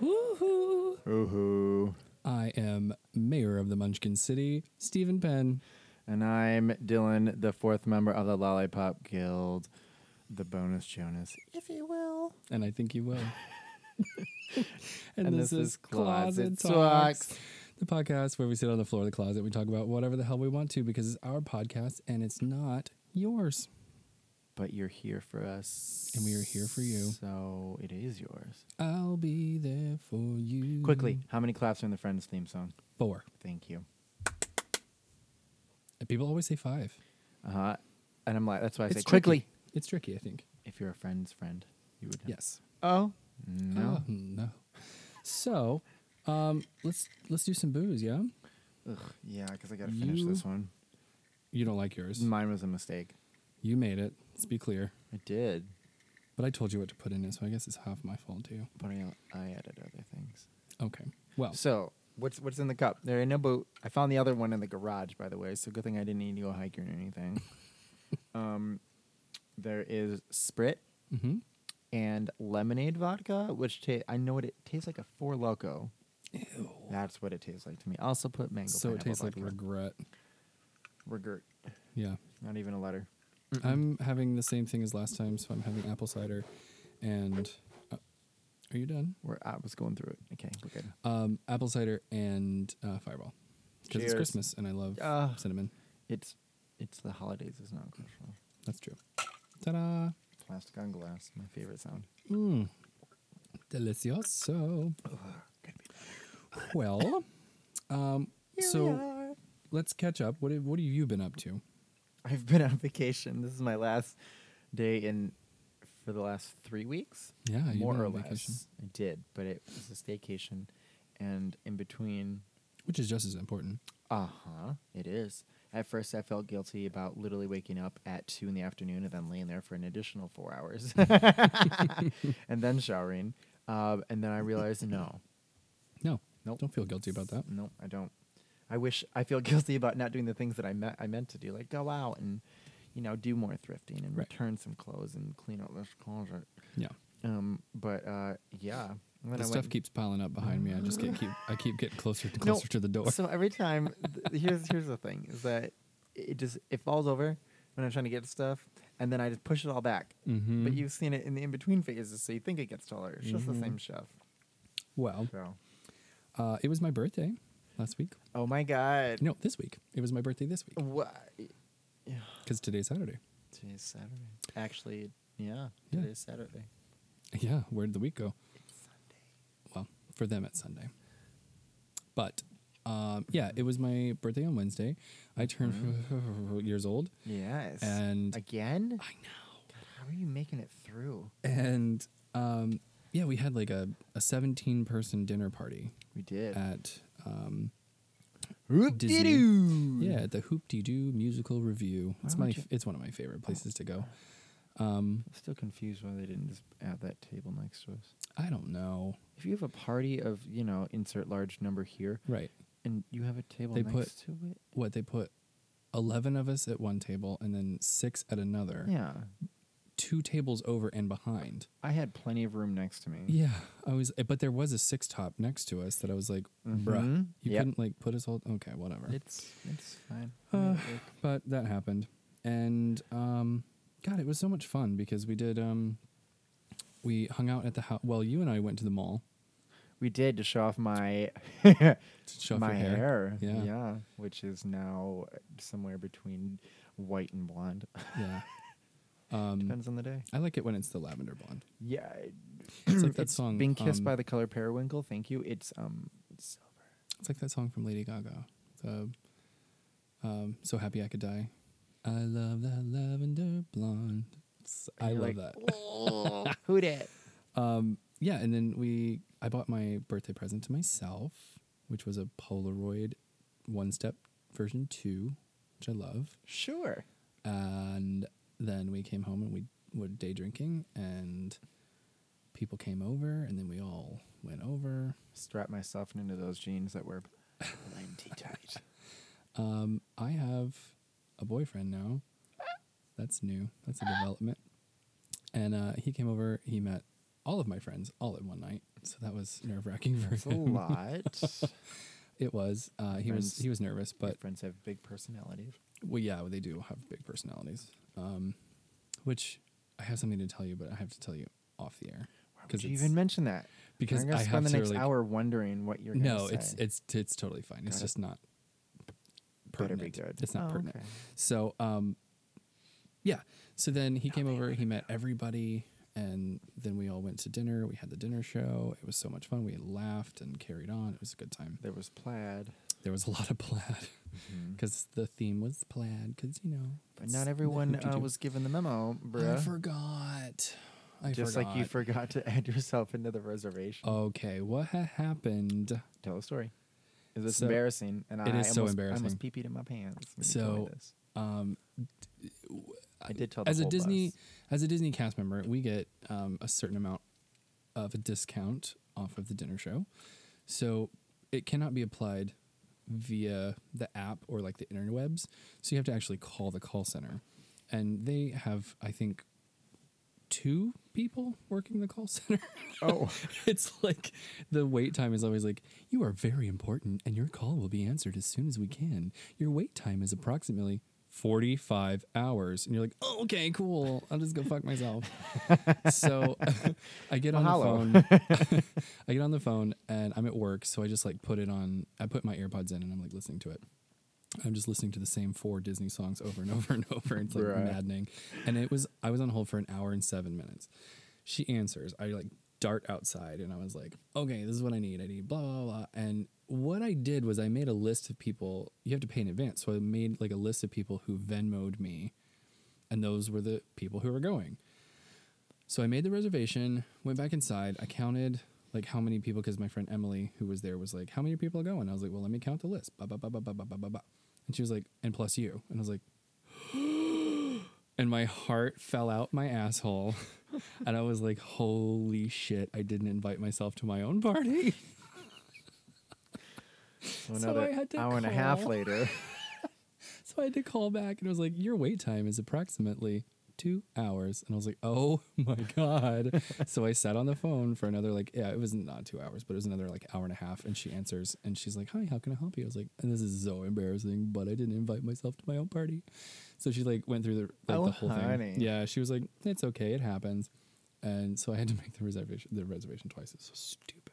Woohoo! Ooh-hoo. I am mayor of the Munchkin City, Stephen Penn. And I'm Dylan, the fourth member of the Lollipop Guild, the bonus Jonas, if you will. and I think you will. and, And this, this is is Closet Closet Talks, Talks. the podcast where we sit on the floor of the closet. We talk about whatever the hell we want to because it's our podcast and it's not yours. But you're here for us. And we are here for you. So it is yours. I'll be there for you. Quickly, how many claps are in the Friends theme song? Four. Thank you. And people always say five. Uh huh. And I'm like, that's why I It's say tricky. quickly. It's tricky, I think. If you're a friend's friend, you would know. Yes. Oh. No. Oh, no. So, um, let's let's do some booze, yeah? Ugh, yeah, because I got to finish You- this one. You don't like yours. Mine was a mistake. You made it. Let's be clear. I did. But I told you what to put in it, so I guess it's half my fault too. But I, I added other things. Okay. Well, So what's what's in the cup? There ain't no boot. I found the other one in the garage, by the way. So good thing I didn't need to go hiking or anything. um, there is Sprit hmm and lemonade vodka, which ta- I know what it tastes like a Four Loco. That's what it tastes like to me. I also put mango. so it pineapple tastes like vodka. regret. regret. Yeah. Not even a letter. I'm having the same thing as last time, so I'm having apple cider. And uh, are you done? Where I was going through it. Okay, we're good. Um, apple cider and uh, fireball. Because it's Cheers. Christmas and I love Ah. cinnamon. It's it's the holidays. It's not crucial. That's true. Ta da! Plastic on glass. My favorite sound. Mmm. Delicioso. Could be. Well, um, Here we so are. let's catch up. What have, what have you been up to? I've been on vacation. This is my last day in for the last three weeks. Yeah, you've more been or on less. vacation. I did, but it was a staycation, and in between, Which is just as important. uh huh, it is. At first, I felt guilty about literally waking up at two in the afternoon and then laying there for an additional four hours, and then showering. Um, and then I realized, no, No, Nope. don't feel guilty about that. no, I don't. I wish I feel guilty about not doing the things that I me- I meant to do, like go out and, you know, do more thrifting and Right. return some clothes and clean out this closet. Yeah. Um, but uh, yeah, And then The I stuff went- keeps piling up behind me. I just get keep I keep getting closer to No, closer to the door. So every time, th- here's here's the thing: is that it just it falls over when I'm trying to get stuff, and then I just push it all back. Mhm. But you've seen it in the in between phases, so you think it gets taller. It's just the Mm-hmm. same shelf. well, So, uh, it was my birthday last week. oh my god, No, this week. It was my birthday this week what? Yeah. because today's Saturday. Today's Saturday. Actually, yeah, Yeah. today's Saturday. Yeah, where did the week go? Well, for them it's Sunday. But um, yeah, it was my birthday on Wednesday. I turned years old, Mm-hmm. Yes. And- again, I know. God, how are you making it through? and um, yeah, we had like a, a seventeen person dinner party We did. at um, Disney. Whoop-de-doo. yeah at the Hoop Dee Doo musical review. It's Why my don't f- it's one of my favorite places to go. Oh. I'm still confused why they didn't just add that table next to us. I don't know. If you have a party of, you know, insert large number here, Right. and you have a table They next put- to it, What they put 11 of us at one table and then six at another. yeah, Two tables over and behind. I had plenty of room next to me. Yeah. I was but there was a six top next to us that I was like, bruh, Mhm. you Yep. couldn't like put us all okay, whatever. It's it's fine. Uh, It- it- but that happened. And um God, it was so much fun because we did um we hung out at the house. Well, you and I went to the mall we did to show off my to show off my your hair. Yeah. Yeah. which is now uh, somewhere between white and blonde. Yeah. Um, Depends on the day. I like it when it's the lavender blonde. Yeah, it- It's like that song. Being kissed um, by the color periwinkle. Thank you. It's um silver. It's like that song from Lady Gaga, the um, "So Happy I Could Die." I love that lavender blonde. It's- I You're love like, that. "Oh, Who did? Yeah, and then we, I bought my birthday present to myself, which was a Polaroid one-step version two, which I love. Sure. And then we came home and we were day drinking, and people came over, and then we all went over. Strap myself into those jeans that were plenty tight. Um, I have a boyfriend now. That's new. That's a development. And uh, he came over. He met all of my friends all in one night. So that was nerve wracking for That's a him. lot. It was. Uh, he was Friends- he was nervous, But but friends have big personalities. well, yeah, they do have big personalities. Um, which I have something to tell you, but I have to tell you off the air Why would you it's- even mention that? because I'm gonna I spend have the to, next like- hour wondering what you're. no, gonna say. it's it's it's totally fine. It's Got it. just not Better be pertinent. good. It's not Oh, pertinent. okay. So, um, yeah. So then he came over. He met everybody, and then we all went to dinner. We had the dinner show. It was so much fun. We laughed and carried on. It was a good time. There was plaid, Mm-hmm. There was a lot of plaid because the theme was plaid. Because you know, but it's not the everyone hoopty-doo. uh, was given the memo, I bruh. forgot. I Just forgot. Oh. like you forgot to add yourself into the reservation. Okay, what ha- happened? Tell a story. Is this So- embarrassing? And It I is so almost, I embarrassing. almost pee peed in my pants. when you told me So, this. um, I did tell the as a whole Disney bus. as a Disney cast member, we get um, a certain amount of a discount off of the dinner show. So it cannot be applied via the app or like the interwebs. So you have to actually call the call center. And they have, I think, two people working the call center. Oh, it's like the wait time is always like you are very important and your call will be answered as soon as we can your wait time is approximately 45 hours and you're like oh, okay cool i'll just go fuck myself so i get on Mahalo. the phone i get on the phone and i'm at work so i just like put it on i put my earbuds in and i'm like listening to it i'm just listening to the same four disney songs over and over and over it's like Right. maddening and it was i was on hold for an hour and seven minutes she answers. I like dart outside and I was like, okay, this is what I need. I need blah, blah, blah. And what I did was I made a list of people, you have to pay in advance. So I made like a list of people who Venmoed me and those were the people who were going. So I made the reservation, went back inside. I counted like how many people, because my friend Emily, who was there, was like, how many people are going? I was like, well, let me count the list. Ba, ba, ba, ba, ba, ba, ba, ba, ba. And she was like, and plus you. And I was like, and my heart fell out my asshole. and I was like, holy shit, I didn't invite myself to my own party. so So another I had to hour and a half call. later. So I had to call back and it was like, Your wait time is approximately two hours. And I was like, Oh my God. so I sat on the phone for another, like, yeah, it was not two hours, but it was another like hour and a half. And she answers and she's like, Hi, how can I help you? I was like, And this is so embarrassing, but I didn't invite myself to my own party. So she like went through the, like, Oh, the whole honey. thing. Yeah, she was like, It's okay, it happens. And so I had to make the reservation the reservation twice. It's so stupid.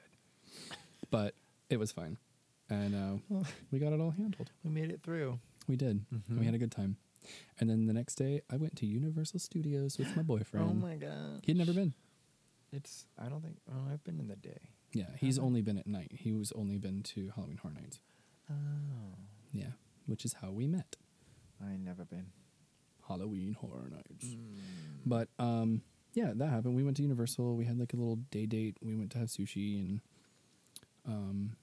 But it was fine. And uh, we got it all handled. we made it through. Oh We did. And we Mm-hmm. had a good time. And then the next day, I went to Universal Studios with my boyfriend. Oh my god. He'd never been. It's. I don't think. Oh, I've been in the day. Yeah, he's Uh-huh. only been at night. He was only been to Halloween Horror Nights. Oh, Yeah, which is how we met. I ain't never been. Halloween Horror Nights. Mm. But um, yeah, that happened. We went to Universal. We had like a little day date. We went to have sushi and um,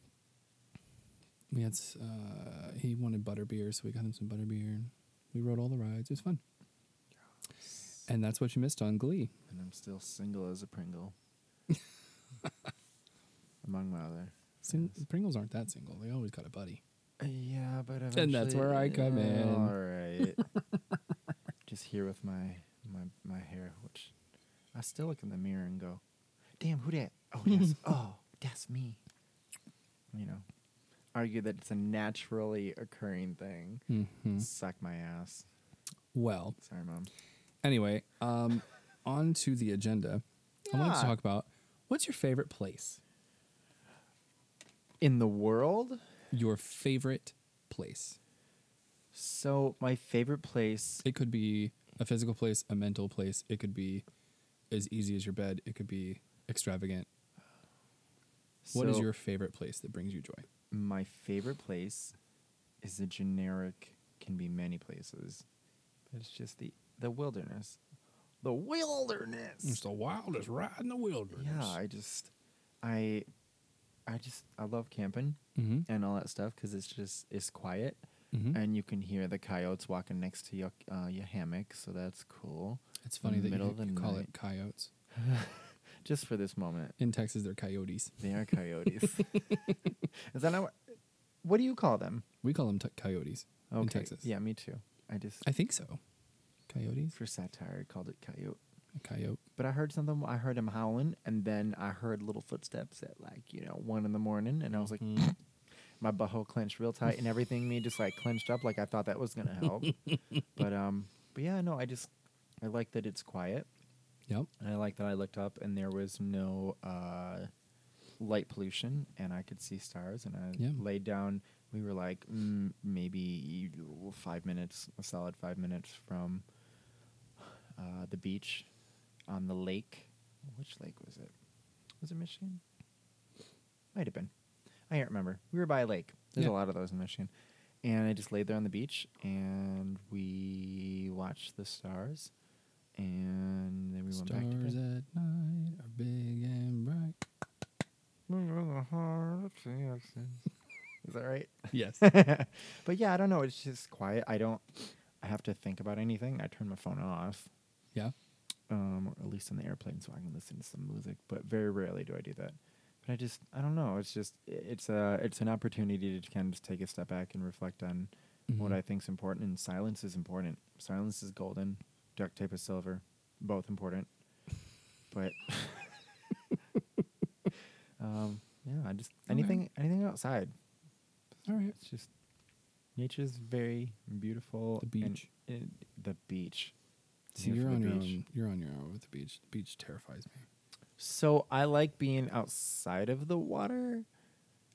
we had s- uh, he wanted butterbeer, so we got him some butterbeer. And we rode all the rides. It was fun. And that's what you missed on Glee. And I'm still single as a Pringle. Among my other. Sing- Yes. Pringles aren't that single. They always got a buddy. Yeah, but eventually. And that's where I come in. All right. Just here with my my my hair, which I still look in the mirror and go, "Damn, who that? Oh, that's oh, that's me." You know, argue that it's a naturally occurring thing. Mm-hmm. Suck my ass. Well, Sorry, mom. anyway, um, on to the agenda. I wanted Yeah. to talk about what's your favorite place? In the world, Your favorite place. so my favorite place. It could be a physical place, a mental place. It could be as easy as your bed. It could be extravagant. what is so your favorite place that brings you joy? my favorite place is a generic can be many places but it's just the the wilderness the wilderness the wildest ride in the wilderness. yeah i just i i just i love camping hmm and all that stuff because it's just it's quiet hmm and you can hear the coyotes walking next to your uh, your hammock so that's cool It's funny that middle you, of the you call night. it coyotes. just for this moment In Texas, they're coyotes. they are coyotes is that not what, what do you call them We call them t- coyotes okay in Texas. yeah me too i just I think so. Coyotes? for satire called it coyote A coyote. But I heard something. I heard him howling, and then I heard little footsteps at like you know one in the morning, and I was like, Mm-hmm. my butthole clenched real tight, and everything me just like clenched up, like I thought that was gonna help. but um, but yeah, no, I just I like that it's quiet. Yep. And I like that I looked up and there was no uh, light pollution and I could see stars. And I Yeah. laid down. We were like mm, maybe five minutes, a solid five minutes from uh, the beach on the lake. Which lake was it? Was it Michigan? Might have been. I can't remember. We were by a lake. There's Yeah. a lot of those in Michigan. And I just laid there on the beach and we watched the stars. And then we went back to Stars bed. at night are big and bright. Is that right? Yes. but yeah, I don't know. It's just quiet. I don't I have to think about anything. I turn my phone off, yeah. um, or at least on the airplane so I can listen to some music. But very rarely do I do that. But I just I don't know. It's just i- it's a it's an opportunity to kind of just take a step back and reflect on what Mhm. I think's important. And silence is important. Silence is golden. Duct tape is silver. Both important. But um, yeah, I just Okay. anything anything outside. All right. It's just nature's very beautiful. The and beach. it- the beach. I'm See, here you're for on the your beach. own. You're on your own with the beach. The beach terrifies me. So I like being outside of the water,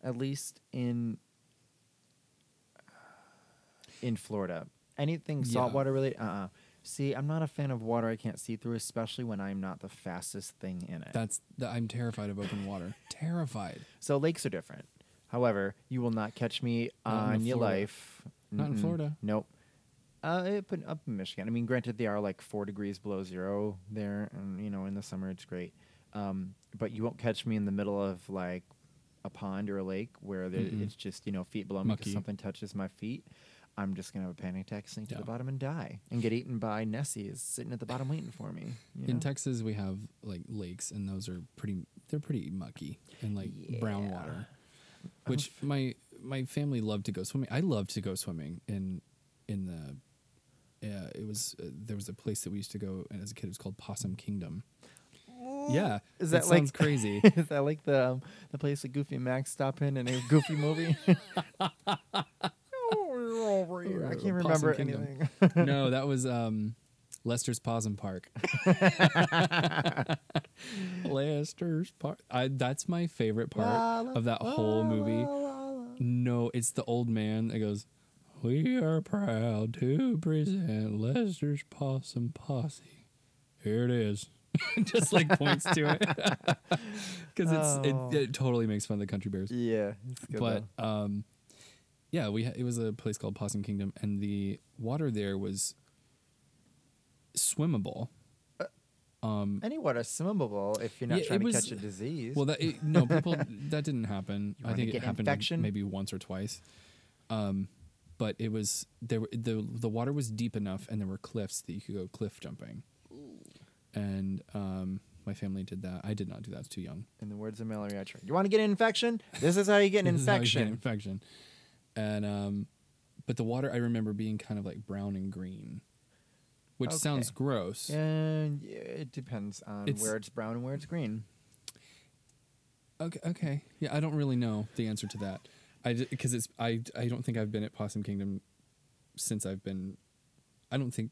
at least in uh, in Florida. Anything Yeah. saltwater related? Uh. uh See, I'm not a fan of water I can't see through, especially when I'm not the fastest thing in it. That's the, I'm terrified of open water. terrified. so lakes are different. However, you will not catch me Not in on your Florida. life. Not in Mm-mm. Florida. Nope. Uh, up in, up in Michigan. I mean, granted, they are like four degrees below zero there, and you know, in the summer it's great. Um, but you won't catch me in the middle of like a pond or a lake where there, Mm-mm. it's just you know feet below me Mucky. because something touches my feet. I'm just gonna have a panic attack, sink to Yeah. the bottom, and die, and get eaten by Nessie's sitting at the bottom waiting for me. you In know? Texas, we have like lakes, and those are pretty. They're pretty mucky and like brown Yeah. water. Which my my family loved to go swimming. I loved to go swimming in in the. Uh, it was uh, there was a place that we used to go and as a kid. It was called Possum Kingdom. Yeah, Is it that like- sounds crazy? Is that like the um, the place that Goofy and Max stop in in a Goofy movie? oh, we're over here. I can't Possum remember Kingdom. anything. no, that was um, Lester's Possum Park. Lester's Park. I, that's my favorite part of that whole movie. No, it's the old man that goes, We are proud to present Lester's Possum Posse. Here it is. Just like points to it. Because Oh. it's it, it totally makes fun of the country bears Yeah, it's good but though. um, yeah, we ha- it was a place called Possum Kingdom, and the water there was swimmable. any water is swimmable if you're not um, yeah, it trying to was- catch a disease. Well, that it, no people that didn't happen. I wanna think it get happened infection? maybe once or twice. Um, but it was there were- the the water was deep enough, and there were cliffs that you could go cliff jumping. And um, my family did that. I did not do that. I was too young. in the words of Mallory Archer, you want to get an infection? This is how you get an This is how you get infection. an infection. And um, but the water I remember being kind of like brown and green, which sounds Okay. gross. And yeah, it depends on It's- where it's brown and where it's green. Okay, okay. Yeah, I don't really know the answer to that. I because it's I I don't think I've been at Possum Kingdom since I've been. I don't think.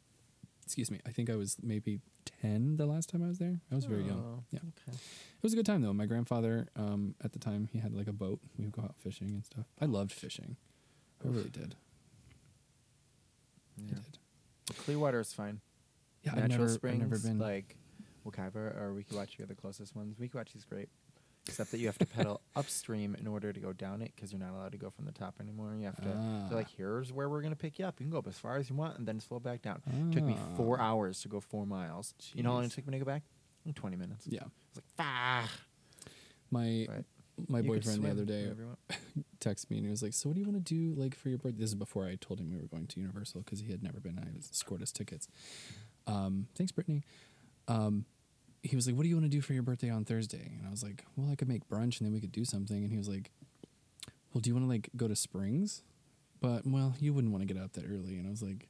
Excuse me. I think I was maybe ten the last time I was there. I was very young. Oh, Yeah, Okay. it was a good time though. My grandfather, um, at the time, he had like a boat. We would go out fishing and stuff. I loved fishing. I really did. I Yeah. did. Clearwater is fine. Yeah, Natural I've never, Springs, I've never been. like Wakaiva or Wikiwachi are the closest ones. Wikiwachi is great, except that you have to pedal upstream in order to go down it because you're not allowed to go from the top anymore. You have to. Ah. They're like, here's where we're gonna pick you up. You can go up as far as you want and then slow back down. took me Ah. four hours to go four miles. You know how long it Jeez. took me to go back? Like Twenty minutes. yeah, It's like, ah. my But my you could boyfriend the swim other day wherever you want. texted me and he was like, "So what do you want to do like for your birthday?" This is before I told him we were going to Universal because he had never been. and I was scored us tickets. Um, thanks, Brittany. Um, he was like, "What do you want to do for your birthday on Thursday?" And I was like, "Well, I could make brunch and then we could do something." And he was like, "Well, do you want to like go to Springs?" But well, you wouldn't want to get up that early. And I was like,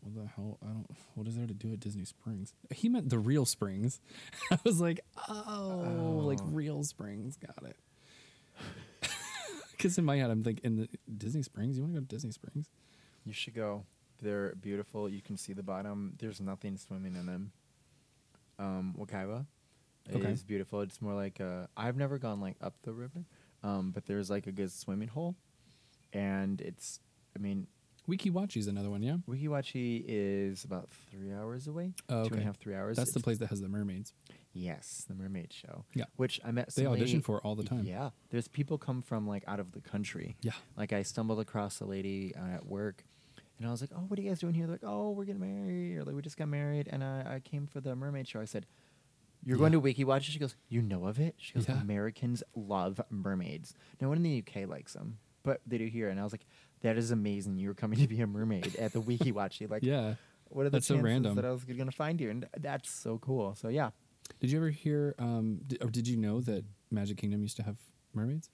what the hell? I don't. What is there to do at Disney Springs? He meant the real Springs. I was like, oh, like Oh. real Springs. Got it. Because in my head, I'm like, in the Disney Springs. You want to go to Disney Springs? You should go. They're beautiful. You can see the bottom. There's nothing swimming in them. Um, Wakaiwa Okay. is beautiful. It's more like a, I've never gone like up the river, um, but there's like a good swimming hole, and it's. I mean, Wikiwachi's another one. Yeah, Wikiwachi is about three hours away. Oh, Two and okay. a half, three hours. that's the It's- place that has the mermaids. Yes, the Mermaid Show. Yeah. Which I met. They some lady- audition for it all the time. Yeah, there's people come from like out of the country. Yeah. Like I stumbled across a lady uh, at work, and I was like, "Oh, what are you guys doing here?" They're like, "Oh, we're getting married, or like we just got married, and I, I came for the Mermaid Show." I said, "You're going to Yeah. Wiki Watch?" She goes, "You know of it?" She goes, Yeah. "Americans love mermaids. No one in the UK likes them, but they do here." And I was like, "That is amazing. You're coming to be a mermaid at the Wiki Watch." Like, yeah. What are the That's so chances random. that I was gonna find you? And that's so cool. So yeah, Did you ever hear? Um, di- or did you know that Magic Kingdom used to have mermaids?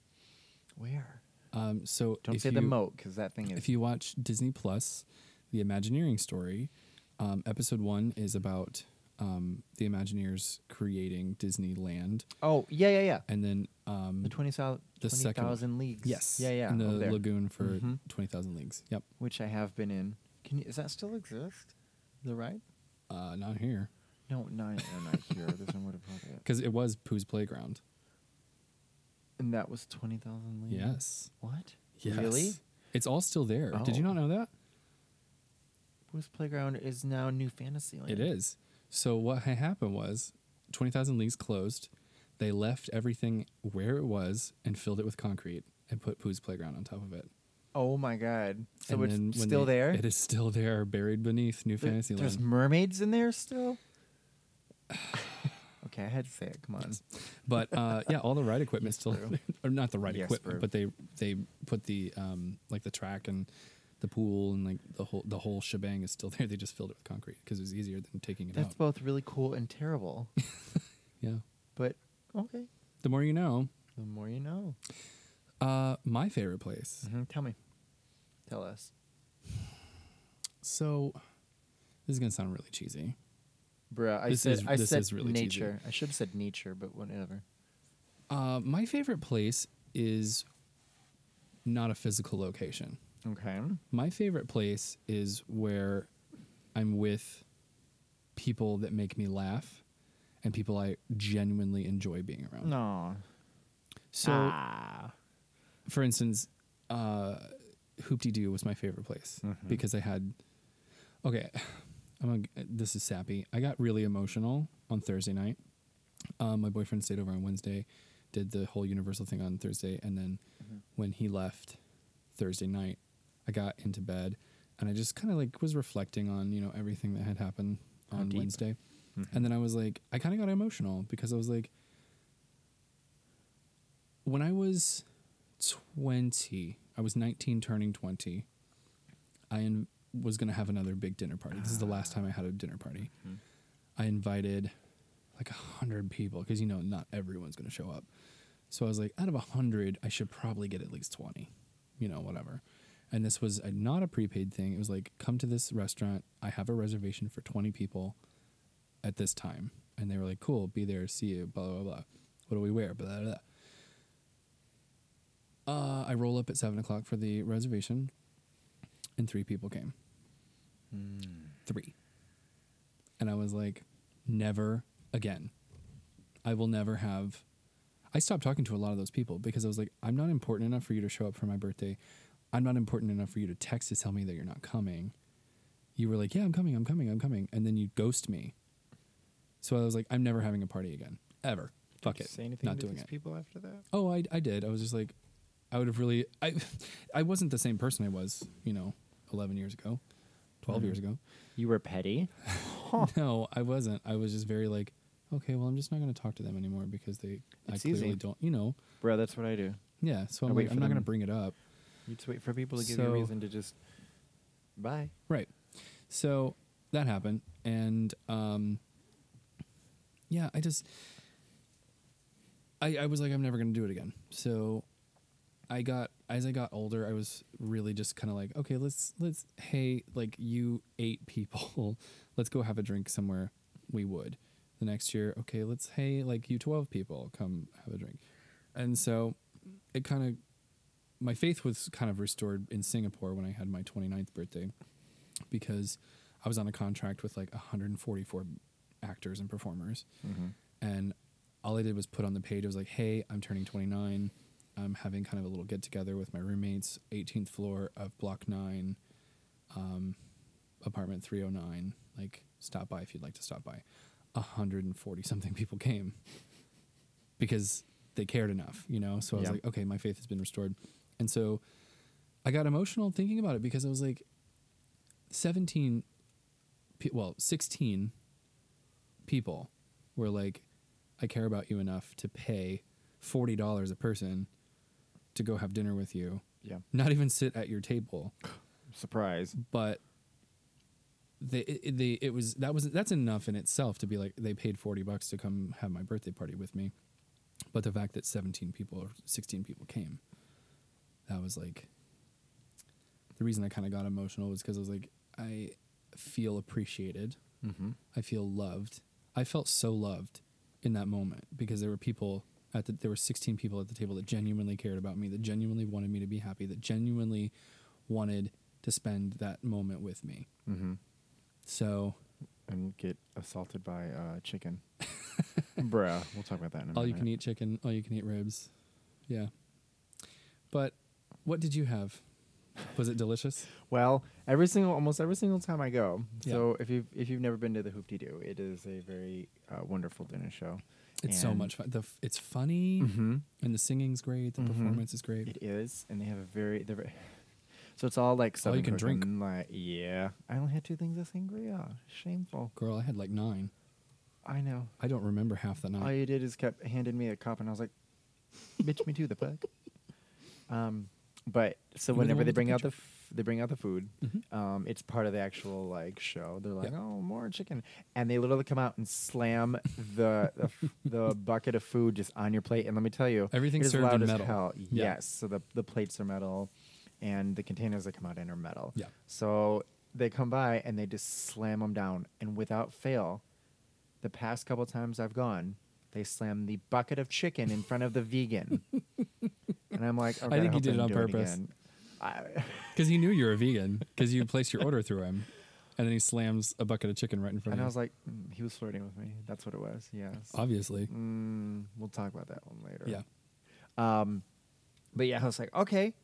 where? Um, so Don't if say the you- moat because that thing is. If you watch Disney Plus, the Imagineering story, um, episode one is about um, the Imagineers creating Disneyland, oh yeah, yeah, yeah. and then um, The twenty thousand The second one. leagues. yes, Yeah, yeah. and over the there, lagoon for Mhm. Twenty Thousand Leagues. Yep, which I have been in. Can you, is that still exist? The ride? uh, not here No, not, no, not here. There's nowhere to park it. because it was Pooh's Playground. And that was twenty thousand leagues. Yes, What? yes, Oh, Really? it's all still there. Did you Oh. not know that? Bruce Playground is now New Fantasyland. It is. So what had happened was Twenty Thousand Leagues closed. They left everything where it was and filled it with concrete and put Pooh's Playground on top of it. Oh my god. So And then it's when still they- there. It is still there, buried beneath New There- There's Fantasyland. mermaids in there still. okay, I had to say it. Come on. But uh, yeah, all the ride equipment's still, Brew. or not the ride Yes, equipment, Brew. but they they put the um like the track and the pool and like the whole the whole shebang is still there. They just filled it with concrete because it was easier than taking it That's out. both really cool and terrible. yeah, but okay, the more you know. the more you know. Uh, my favorite place. Mhm, Tell me. Tell us. So this is gonna sound really cheesy. Bruh, I This said is- I this said is really cheesy. nature. I should have said nature, but whatever. Uh, my favorite place is not a physical location. Okay. My favorite place is where I'm with people that make me laugh and people I genuinely enjoy being around. No. Ah. So, for instance, uh, Hoopty Doo was my favorite place Mhm. because I had. Okay, I'm a, this is sappy. I got really emotional on Thursday night. Um, my boyfriend stayed over on Wednesday, did the whole Universal thing on Thursday, and then when he left Thursday night, I got into bed and I just kind of like was reflecting on you know everything that had happened How on deep. Wednesday, Mm-hmm. and then I was like, I kind of got emotional because I was like, when I was twenty, I was nineteen, turning twenty. I in, was going to have another big dinner party. This is the last time I had a dinner party. Mm-hmm. I invited like a hundred people because you know not everyone's going to show up. So I was like, out of a hundred, I should probably get at least twenty, you know, whatever. And this was a, not a prepaid thing. It was like, come to this restaurant. I have a reservation for twenty people at this time, and they were like, cool, be there, see you, blah blah blah. What do we wear? Blah blah. blah. Uh, I roll up at seven o'clock for the reservation, and three people came. Hmm. Three. And I was like, never again. I will never have. I stopped talking to a lot of those people because I was like, I'm not important enough for you to show up for my birthday. I'm not important enough for you to text to tell me that you're not coming. You were like, yeah, I'm coming, I'm coming, I'm coming. And then you ghost me. So I was like, I'm never having a party again, ever. Fuck Did you it. Say anything not to doing these it. people after that? Oh, I, I did. I was just like, I would have really, I, I wasn't the same person I was, you know, 11 years ago, 12 years ago. You were petty. No, I wasn't. I was just very like, okay, well, I'm just not going to talk to them anymore because they, I It's clearly easy. don't, you know, Bruh, that's what I do. yeah. So I I'm wait like, for I'm not going to them. bring it up. You just wait for people to give you So- a reason to just bye. Right. So that happened, and um, yeah, I just, I, I was like, I'm never gonna do it again. So I I got as I got older, I was really just kind of like, okay, let's let's hey, like you eight people, let's go have a drink somewhere. We would. The next year, okay, let's hey, like you twelve people, come have a drink. And so it kind of my faith was kind of restored in Singapore when I had my 29th birthday because I was on a contract with like 144 actors and performers. Mm-hmm. And all I did was put on the page, I was like, hey, I'm turning 29. I'm having kind of a little get together with my roommates, 18th floor of block nine, um, apartment 309. Like, stop by if you'd like to stop by. 140 something people came because they cared enough, you know? So I was Yeah. like, okay, my faith has been restored. And so I got emotional thinking about it because I was like, 17, pe- well, 16 people were like, I care about you enough to pay $40 a person to go have dinner with you, Yeah. not even sit at your table, Surprise. but they, it, they, it was, that was, that's enough in itself to be like, they paid 40 bucks to come have my birthday party with me. But the fact that 17 people or 16 people came, that was like, the reason I kind of got emotional was because I was like, I feel appreciated. Mm-hmm. I feel loved. I felt so loved in that moment because there were people at the, there were 16 people at the table that genuinely cared about me, that genuinely wanted me to be happy, that genuinely wanted to spend that moment with me. Mm-hmm. So And get assaulted by uh, chicken. Bruh. We'll talk about that in a minute. all you can eat chicken, all you can eat ribs. Yeah. But what did you have? Was it delicious? Well, every single, almost every single time I go. Yeah. So if you've if you've never been to the Hoopty Doo, it is a very uh, wonderful dinner show. It's so And- much fun. The, f- it's funny Mm-hmm. and the singing's great. The Mhm. performance is great. It is, and they have a very. They're very so it's all like All you southern can drink. cooking, Like, yeah, I only had two things of sangria. Shameful. Girl, I had like nine. I know. I don't remember half the All night. you did is kept handed me a cup, and I was like, "Bitch, me too." The fuck. Um, but so You were the whenever one they with the bring out the picture. f- they bring out the food, Mhm. um, it's part of the actual like show. They're like, Yeah. "Oh, more chicken," and they literally come out and slam the the, f- the bucket of food just on your plate. And let me tell you, Everything's it is served loud in as metal. hell. Yeah. Yes, so the the plates are metal, and the containers that come out in are metal. Yeah. So they come by and they just slam them down, and without fail, the past couple times I've gone, they slam the bucket of chicken in front of the vegan, and I'm like, oh, God, think you hope did they it on don't do purpose. again." I- Because he knew you were a vegan because you placed your order through him, and then he slams a bucket of chicken right in front and I of was you. like, "Mm, he was flirting with me. That's what it was. Yes. Obviously, Mm, we'll talk about that one later. yeah. Um, but yeah, I was like, okay,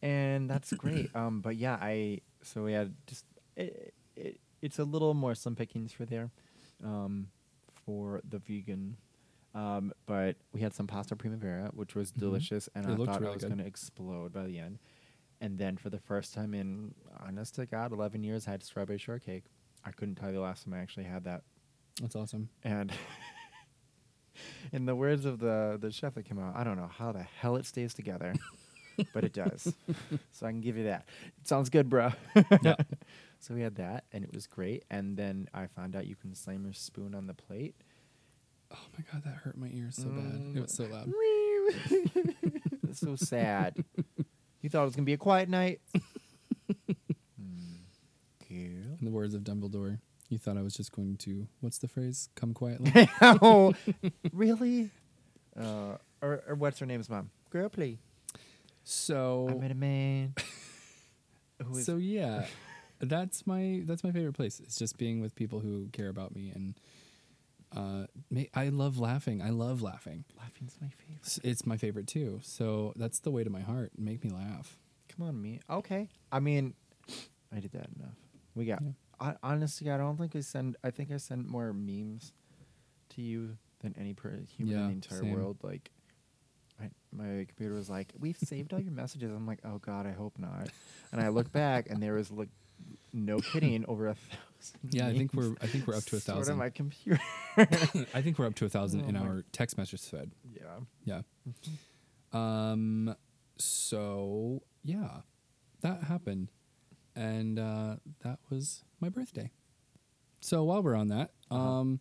and that's great. Um, but yeah, I so we had just it, it, it's a little more slim pickings for there, um, for the vegan. Um, but we had some pasta primavera, which was delicious, and Mm-hmm. It I looked thought I really was good. going to explode by the end. And then for the first time in, honest to God, eleven years, I had strawberry shortcake. I couldn't tell you the last time I actually had that That's awesome. and in the words of the, the chef that came out, I don't know how the hell it stays together, but it does. so I can give you that. It sounds good, bro. Yeah. so we had that, and it was great. And then I found out you can slam your spoon on the plate. Oh my god, that hurt my ears so bad. It was so loud. Mm. It's so sad. you thought it was going to be a quiet night. Mm, Girl. In the words of Dumbledore, you thought I was just going to what's the phrase? Come quietly. oh, really? Uh, or, or what's her name's mom? Girl, please. I so met a man. Who is so yeah, that's my that's my favorite place. It's just being with people who care about me and. Uh, ma- I love laughing. I love laughing. laughing's my favorite. S- It's my favorite too. So that's the way to my heart. Make me laugh. Come on, me. Okay. I mean, I did that enough. We got. Yeah. I honestly, I don't think I send. I think I send more memes to you than any per, human Yeah, in the entire same. world. Like, I, my computer was like, "We've saved all your messages." I'm like, "Oh God, I hope not." And I look back, and there was like, no kidding, over a thousand. Yeah, I think memes we're I think we're up to a stored on thousand. my computer. I think we're up to a thousand Oh in my- our text message thread. yeah. Yeah. Mm-hmm. Um. So yeah, that happened, and uh, that was my birthday. So while we're on that, Uh-huh. um,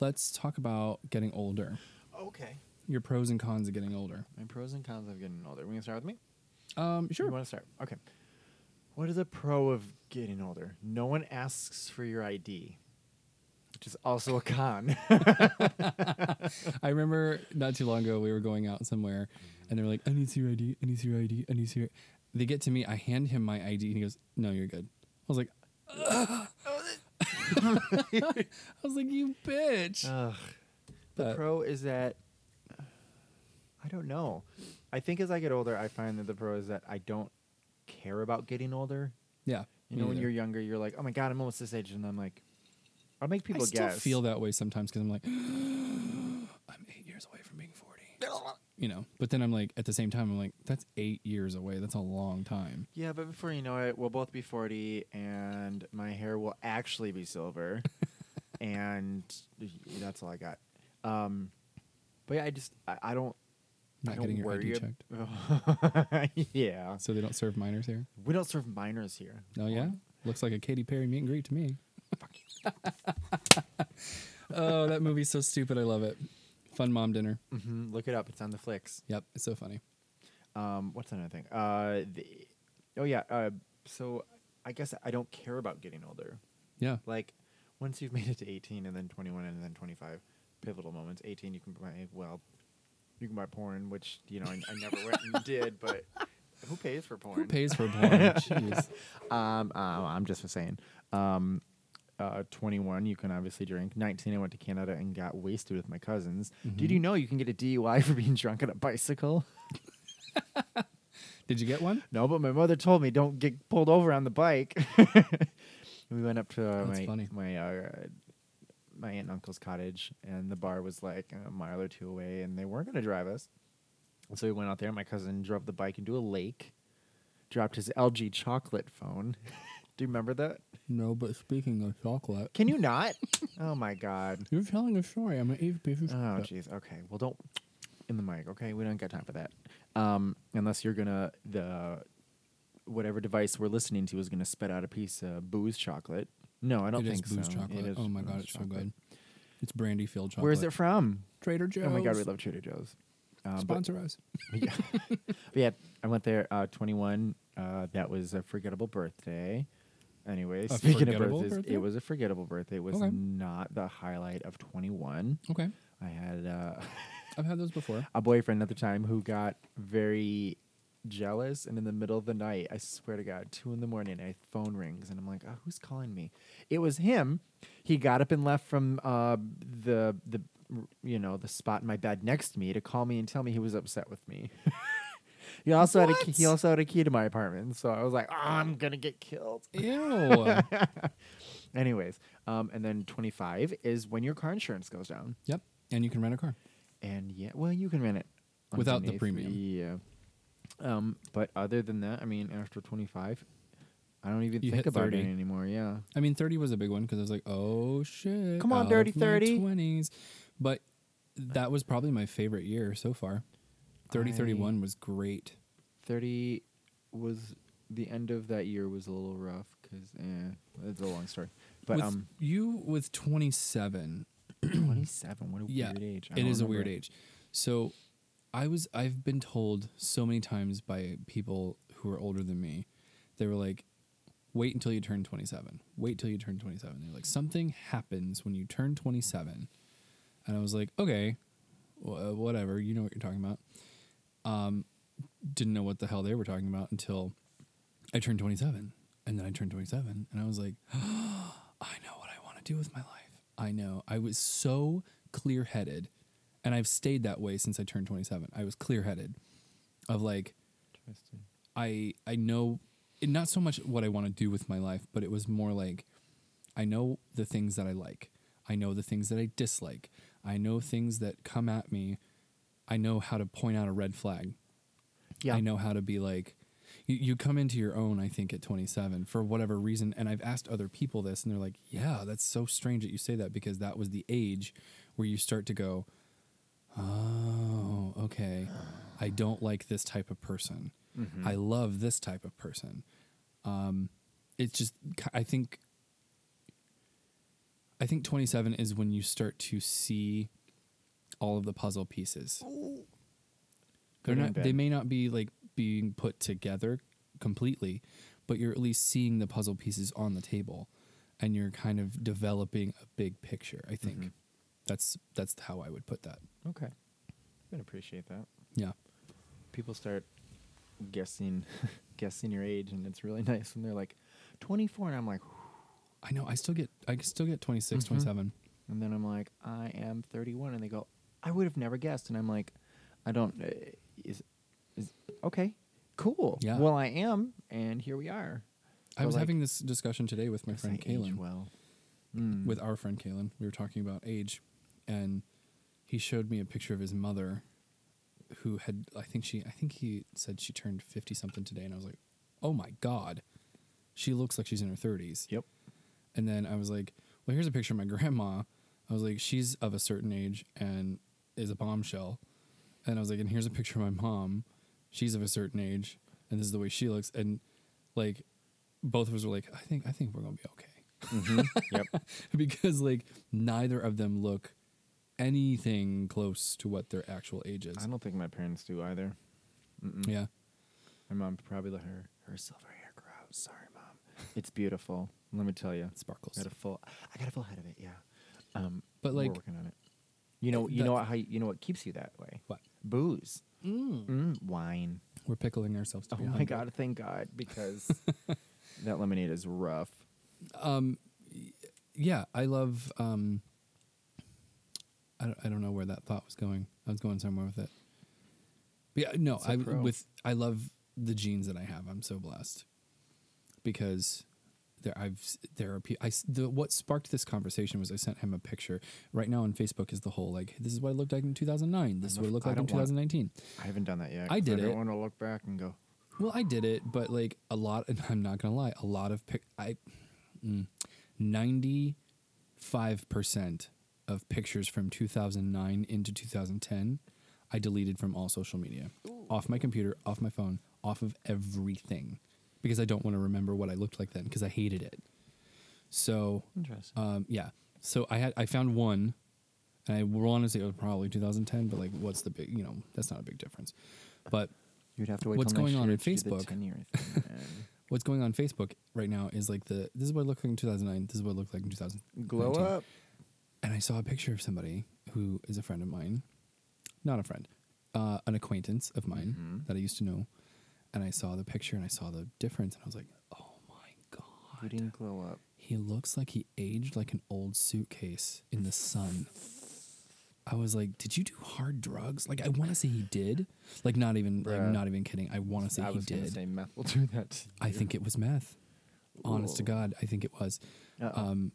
let's talk about getting older. Okay. your pros and cons of getting older. My pros and cons of getting older. We gonna start with me? Um, sure. You want to start? Okay. What is a pro of getting older? No one asks for your ID, which is also a con. I remember not too long ago we were going out somewhere, and they were like, "I need to see your ID. I need to see your ID. I need to see your." They get to me. I hand him my ID, and he goes, "No, you're good." I was like, "I was like, you bitch." Ugh. Uh, The But- pro is that I don't know. I think as I get older, I find that the pro is that I don't care about getting older. yeah, You me know, when neither. you're younger, you're like, oh my god, I'm almost this age, and I'm like, I'll make people I still guess. feel that way sometimes because I'm like, I'm eight years away from being forty. You know, but then I'm like, at the same time, I'm like, that's eight years away. That's a long time. Yeah, but before you know it, we'll both be 40, and my hair will actually be silver. and that's all I got. Um, but yeah, I just, I, I don't. I Not don't getting your worry ID ab- checked, yeah. so they don't serve minors here. We don't serve minors here. Oh yeah, looks like a Katy Perry meet and greet to me. oh, that movie's so stupid. I love it. Fun mom dinner. hmm Look it up. It's on the flicks. Yep, it's so funny. Um, what's another thing? Uh, the, oh yeah. Uh, so I guess I don't care about getting older. Yeah, Like once you've made it to 18 and then 21 and then 25, pivotal moments. 18, you can buy well, you can buy porn, which you know I, I never went and did, but who pays for porn? who pays for porn? Jeez. Um, uh, I'm just saying. Um, uh, 21, you can obviously drink. 19, I went to Canada and got wasted with my cousins. Did you know you can get a DUI for being drunk on a bicycle? Did you get one? No, but my mother told me don't get pulled over on the bike. we went up to uh, That's my funny. my uh, my aunt and uncle's cottage, and the bar was like a mile or two away, and they weren't going to drive us. And so we went out there. and My cousin drove the bike into a lake, dropped his LG chocolate phone. Do you remember that? No, but speaking of chocolate, Can you not? oh my god. you're telling a story. I'm an Eve Oh jeez. Okay. Well, don't in the mic. Okay, we don't got time for that. Um, unless you're gonna the whatever device we're listening to is gonna spit out a piece of booze chocolate. No, I don't It is think booze so. chocolate. oh my god, booze it's so chocolate. good. It's brandy filled chocolate. Where is it from? Trader Joe's. Oh my god, we love Trader Joe's. Um, but, Sponsor us. yeah. But yeah, I went there. Uh, 21. Uh, that was a forgettable birthday. Anyway, speaking of forgettable birthdays, birthday? it was a forgettable birthday. It was Okay. not the highlight of 21. Okay, I had uh, I've had those before. a boyfriend at the time who got very jealous, and in the middle of the night, I swear to God, two in the morning, I phone rings, and I'm like, oh, "Who's calling me?" It was him. He got up and left from uh, the the you know the spot in my bed next to me to call me and tell me he was upset with me. he also had a key, he What? also had a key to my apartment, so I was like, oh, "I'm gonna get killed." Ew. Anyways, um, and then 25 is when your car insurance goes down. yep, and you can rent a car. And yeah, well, you can rent it Without the underneath, premium. Yeah. Um, but other than that, I mean, after 25, I don't even You think hit about 30. it anymore. Yeah. I mean, 30 was a big one because I was like, oh shit. Come out on, of Dirty my 30. 20s. But that was probably my favorite year so far. 30 I- 31 was great. 30 was the end of that year was a little rough because eh, it's a long story. But with um, you with 27, 27, what a yeah, weird age. I it don't is a remember weird age. So I was, I've been told so many times by people who are older than me, they were like, wait until you turn 27. Wait till you turn 27. They're like, something happens when you turn 27. And I was like, okay, wh- uh, whatever. You know what you're talking about. Um, didn't know what the hell they were talking about until I turned 27. And then I turned 27. And I was like, I know what I want to do with my life. I know. I was so clear headed. And I've stayed that way since I turned 27. I was clear headed of like, Interesting. I I know and not so much what I want to do with my life, but it was more like I know the things that I like. I know the things that I dislike. I know things that come at me. I know how to point out a red flag. Yeah. I know how to be like you, you come into your own, I think, at 27 for whatever reason. And I've asked other people this, and they're like, yeah, that's so strange that you say that because that was the age where you start to go, oh, okay, I don't like this type of person. Mm-hmm. I love this type of person. Um, it's just, ki- I think, I think 27 is when you start to see all of the puzzle pieces. They're Good not. and They bad. may not be like being put together completely, but you're at least seeing the puzzle pieces on the table, and you're kind of developing a big picture. I think Mhm. that's that's how I would put that. Okay. I would appreciate that. Yeah. People start guessing guessing your age and it's really nice and they're like 24 and I'm like I know. I still get. I still get 26, Mhm. 27. and then I'm like I am 31 and they go I would have never guessed and I'm like I don't uh, is is okay cool Yeah. well I am and here we are I But, was like, having this discussion today with my guess I friend age Kalen. well Mm. With our friend Kalen, we were talking about age, and he showed me a picture of his mother, who had. I think she. I think he said she turned fifty something today, and I was like, "Oh my god, she looks like she's in her 30s. yep And then I was like, "Well, here's a picture of my grandma." I was like, "She's of a certain age and is a bombshell," and I was like, "And here's a picture of my mom. She's of a certain age, and this is the way she looks." And like, both of us were like, "I think I think we're gonna be okay." hmm yep because like neither of them look anything close to what their actual age is. I don't think my parents do either Mm-mm. yeah. My mom probably let her her silver hair grow. Sorry, mom. It's beautiful. Let me tell you. It sparkles. Got a full. I got a full head of it. Yeah. Um, But, we're like, working on it. You know. You that- know what, how. You, you know what keeps you that way. What? Booze. Mm, wine. We're pickling ourselves to Oh be my hungry. god! Thank God because that lemonade is rough. Um, Yeah, I love um I don't, I don't know where that thought was going. I was going somewhere with it. But yeah, no, So I pro. with I love the genes that I have. I'm so blessed. Because there I've s- there are pe- I s- the what sparked this conversation was I sent him a picture. Right now on Facebook is the whole like this is what I looked like in 2009. This is I'm what I af- looked I like in don't wanna- 2019. I haven't done that yet. I 'cause did I it. don't want to look back and go. Well, I did it, but like a lot, and I'm not gonna lie, a lot of pic, I, mm, ninety five percent of pictures from 2009 into 2010, I deleted from all social media, off my computer, off my phone, off of everything, because I don't want to remember what I looked like then because I hated it. So Interesting. um, yeah. So I had I found one, and I will honestly it was probably 2010, but like, what's the big? You know, that's not a big difference. But You'd have to wait. what's till next going on year in to do the Facebook? 10-year thing, man. what's going on Facebook right now is like the this is what it looked like in 2009. This is what it looked like in 2000. Glow up. And I saw a picture of somebody who is a friend of mine, not a friend, uh, an acquaintance of mine Mhm. that I used to know. And I saw the picture and I saw the difference and I was like, oh my You god, didn't glow up. he looks like he aged like an old suitcase in the sun. I was like, did you do hard drugs? Like I want to say he did. Like not even like Bruh. not even kidding. I want to say I he was gonna did. say meth will do that. To I you. think it was meth. Honest to Ooh. God, I think it was. Uh-oh. Um,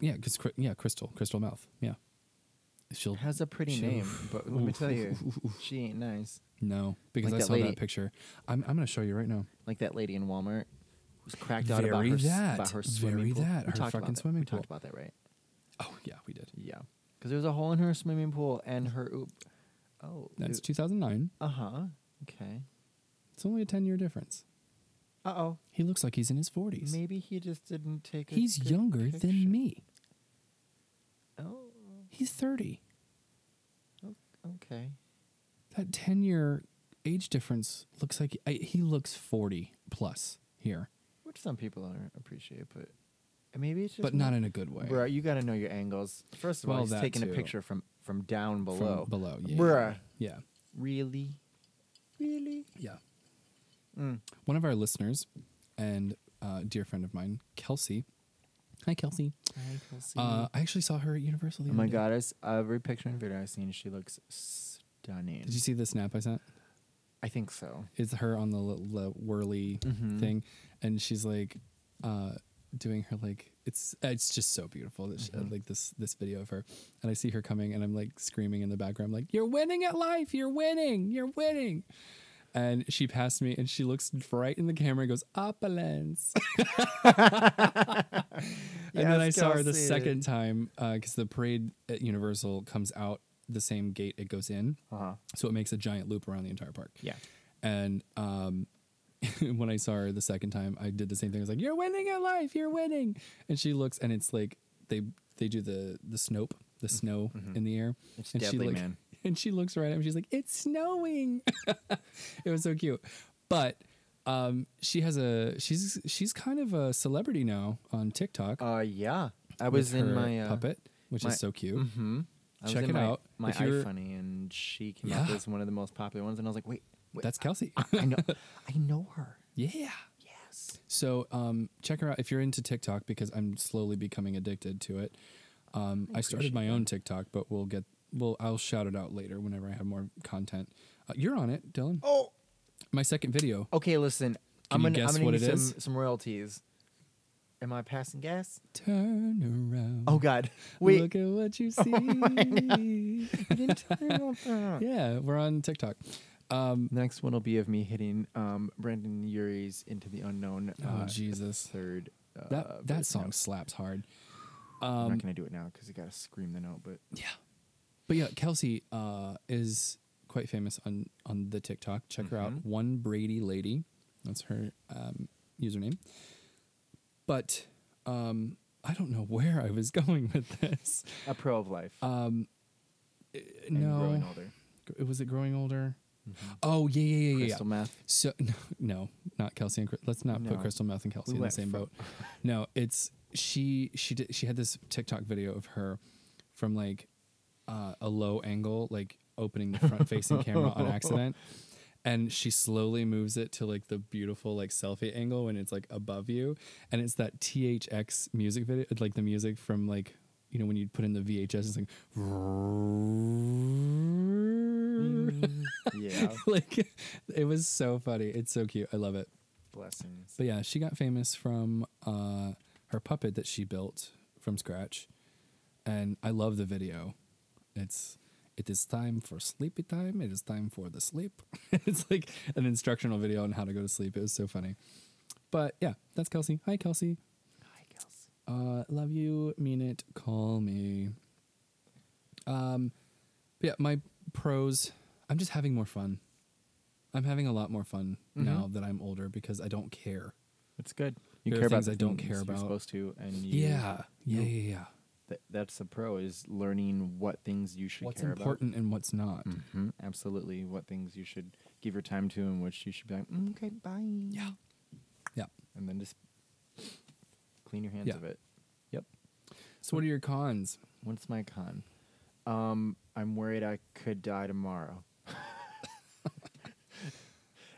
yeah, because yeah, Crystal, Crystal Mouth, yeah. She'll has a pretty Sure. name, but let me tell you, she ain't nice. no because Like I that saw lady- that picture. I'm I'm gonna show you right now. Like that lady in Walmart who's cracked out about Very her, s- that, about her very swimming pool. that, We her talked about fucking that. swimming we talked pool. about that, right? Oh yeah, we did. Yeah, because there was a hole in her swimming pool and her oop. Oh, That's 2009. Uh huh. Okay. It's only a 10 year difference. Uh oh. He looks like he's in his 40s. Maybe he just didn't take. A he's good younger picture. than me. Oh. He's 30. Okay. That 10 year age difference looks like I, he looks 40 plus here, Which some people don't appreciate, but maybe it's just but not in a good way. Bro, you got to know your angles. First of all, Well, he's that taking too. a picture from from down From below. below, yeah. Bruh. Yeah. Really? Really? Yeah. Mm. one of our listeners and uh, dear friend of mine, Kelsey. Hi, Kelsey. Uh, I actually saw her at Universal. The oh my other day. god, I s- every picture and video I've seen, she looks stunning. Did you see the snap I sent? I think so. It's her on the l- l- whirly Mhm. thing, and she's like uh, doing her like it's it's just so beautiful that she, Mhm. like this this video of her, and I see her coming, and I'm like screaming in the background, like "You're winning at life! You're winning! You're winning!" And she passed me, and she looks right in the camera and goes, "Opulence." and then I Yes, saw her the Kelsey. second time because the parade at Universal comes out the same gate it goes in, Uh-huh. so it makes a giant loop around the entire park. Yeah. And um, when I saw her the second time, I did the same thing. I was like, "You're winning at life. You're winning." And she looks, and it's like they they do the the snope the snow in the air. Mm-hmm. It's and she deadly, look- man. And she looks right at him. She's like, "It's snowing." it was so cute, but um, she has a she's she's kind of a celebrity now on TikTok. Uh, yeah. I with was in her my uh, puppet, which my- is so cute. Mm-hmm. I was Check in it my, out. My If you're- iFunny, and she came up Yeah. as one of the most popular ones, and I was like, wait, wait That's Kelsey. I know, I know her. yeah. Yes. So um, check her out if you're into TikTok because I'm slowly becoming addicted to it. Um, I, started my own TikTok, but we'll get well. I'll shout it out later whenever I have more content. Uh, you're on it, Dylan. Oh. My second video. Okay, listen. I'm you gonna, guess I'm gonna what give you it some, is? some royalties. Am I passing gas? Turn around. Oh God! Wait. Mm-hmm. Oh, Look at what you see. I didn't tell you about that. yeah, we're on TikTok. Um, Next one will be of me hitting um, Brandon Urie's "Into the Unknown." oh uh, Jesus, Third. Uh, that that verse song note. slaps hard. I'm Um, not gonna do it now because I gotta scream the note. But Yeah. But yeah, Kelsey uh, is quite famous on on the TikTok. Check her out. One Brady Lady. That's her um, username. But um, I don't know where I was going with this. a pro of life. and Uh, no. Growing older. Was it growing older? Oh, yeah, yeah, yeah, yeah, yeah. Crystal meth. So no, no, not Kelsey and Chris. Let's not No. put Crystal Meth and Kelsey We in the went same fro- boat. No, it's she. She did. She had this TikTok video of her from like uh, a low angle, like opening the front facing camera on accident, and she slowly moves it to like the beautiful like selfie angle when it's like above you, and it's that THX music video, like the music from like you know when you'd put in the VHS, it's like. yeah. like it was so funny. It's so cute. I love it. Blessings. But yeah, she got famous from uh, her puppet that she built from scratch, and I love the video. It's it is time for sleepy time. It is time for the sleep. it's like an instructional video on how to go to sleep. It was so funny. But yeah, that's Kelsey. Hi, Kelsey. Hi, Kelsey. Uh, love you. Mean it. Call me. Um, but yeah, my pros. I'm just having more fun. I'm having a lot more fun Mm-hmm. now that I'm older because I don't care. It's good. You There are care about things the I don't things care You're about. supposed to, and you, Yeah, yeah, yeah, yeah. Th- that's the pro is learning what things you should What's care important and what's not. about. hmm Absolutely, what things you should give your time to, and which you should be like, "Mm, okay, bye. Yeah, yeah. and then just clean your hands Yeah. of it. Yep. So, what are your cons? What's my con? Um, I'm worried I could die tomorrow.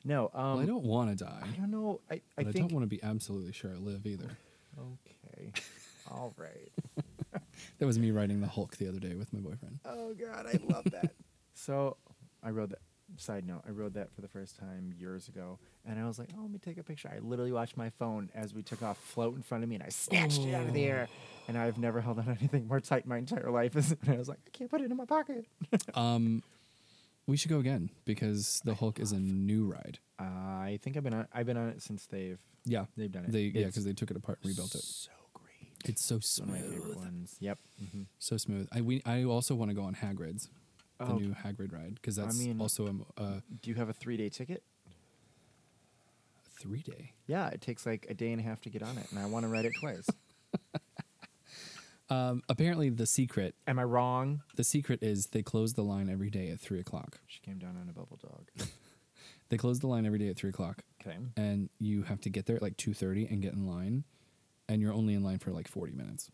no, um, well, I don't want to die, I don't know. I, I but I, think don't want to be absolutely sure I live either. Okay. All right. That was me writing the Hulk the other day with my boyfriend. Oh God, I love that. so I rode that. Side note: I rode that for the first time years ago, and I was like, "Oh, let me take a picture." I literally watched my phone as we took off float in front of me, and I snatched it out of the air. Oh. And I've never held on to anything more tight in my entire life. And I was like, "I can't put it in my pocket." Um, we should go again because the Hulk is a new ride. Uh, I think I've been on. I've been on it since they've Yeah, they've done it. They yeah, It's because they took it apart and rebuilt it. So great. It's so It's one of my favorite smooth, ones. Yep. Mm-hmm. so smooth. I we I also want to go on Hagrid's, the Oh. new Hagrid ride, because that's mean- also a m- a Do you have a three-day ticket? three day. Yeah, it takes like a day and a half to get on it, and I want to ride it twice. uh, Um, apparently the secret Am I wrong? the secret is they close the line every day at three o'clock. She came down on a bubble dog. They close the line every day at three o'clock, Okay. and you have to get there at like two thirty and get in line, and you're only in line for like forty minutes.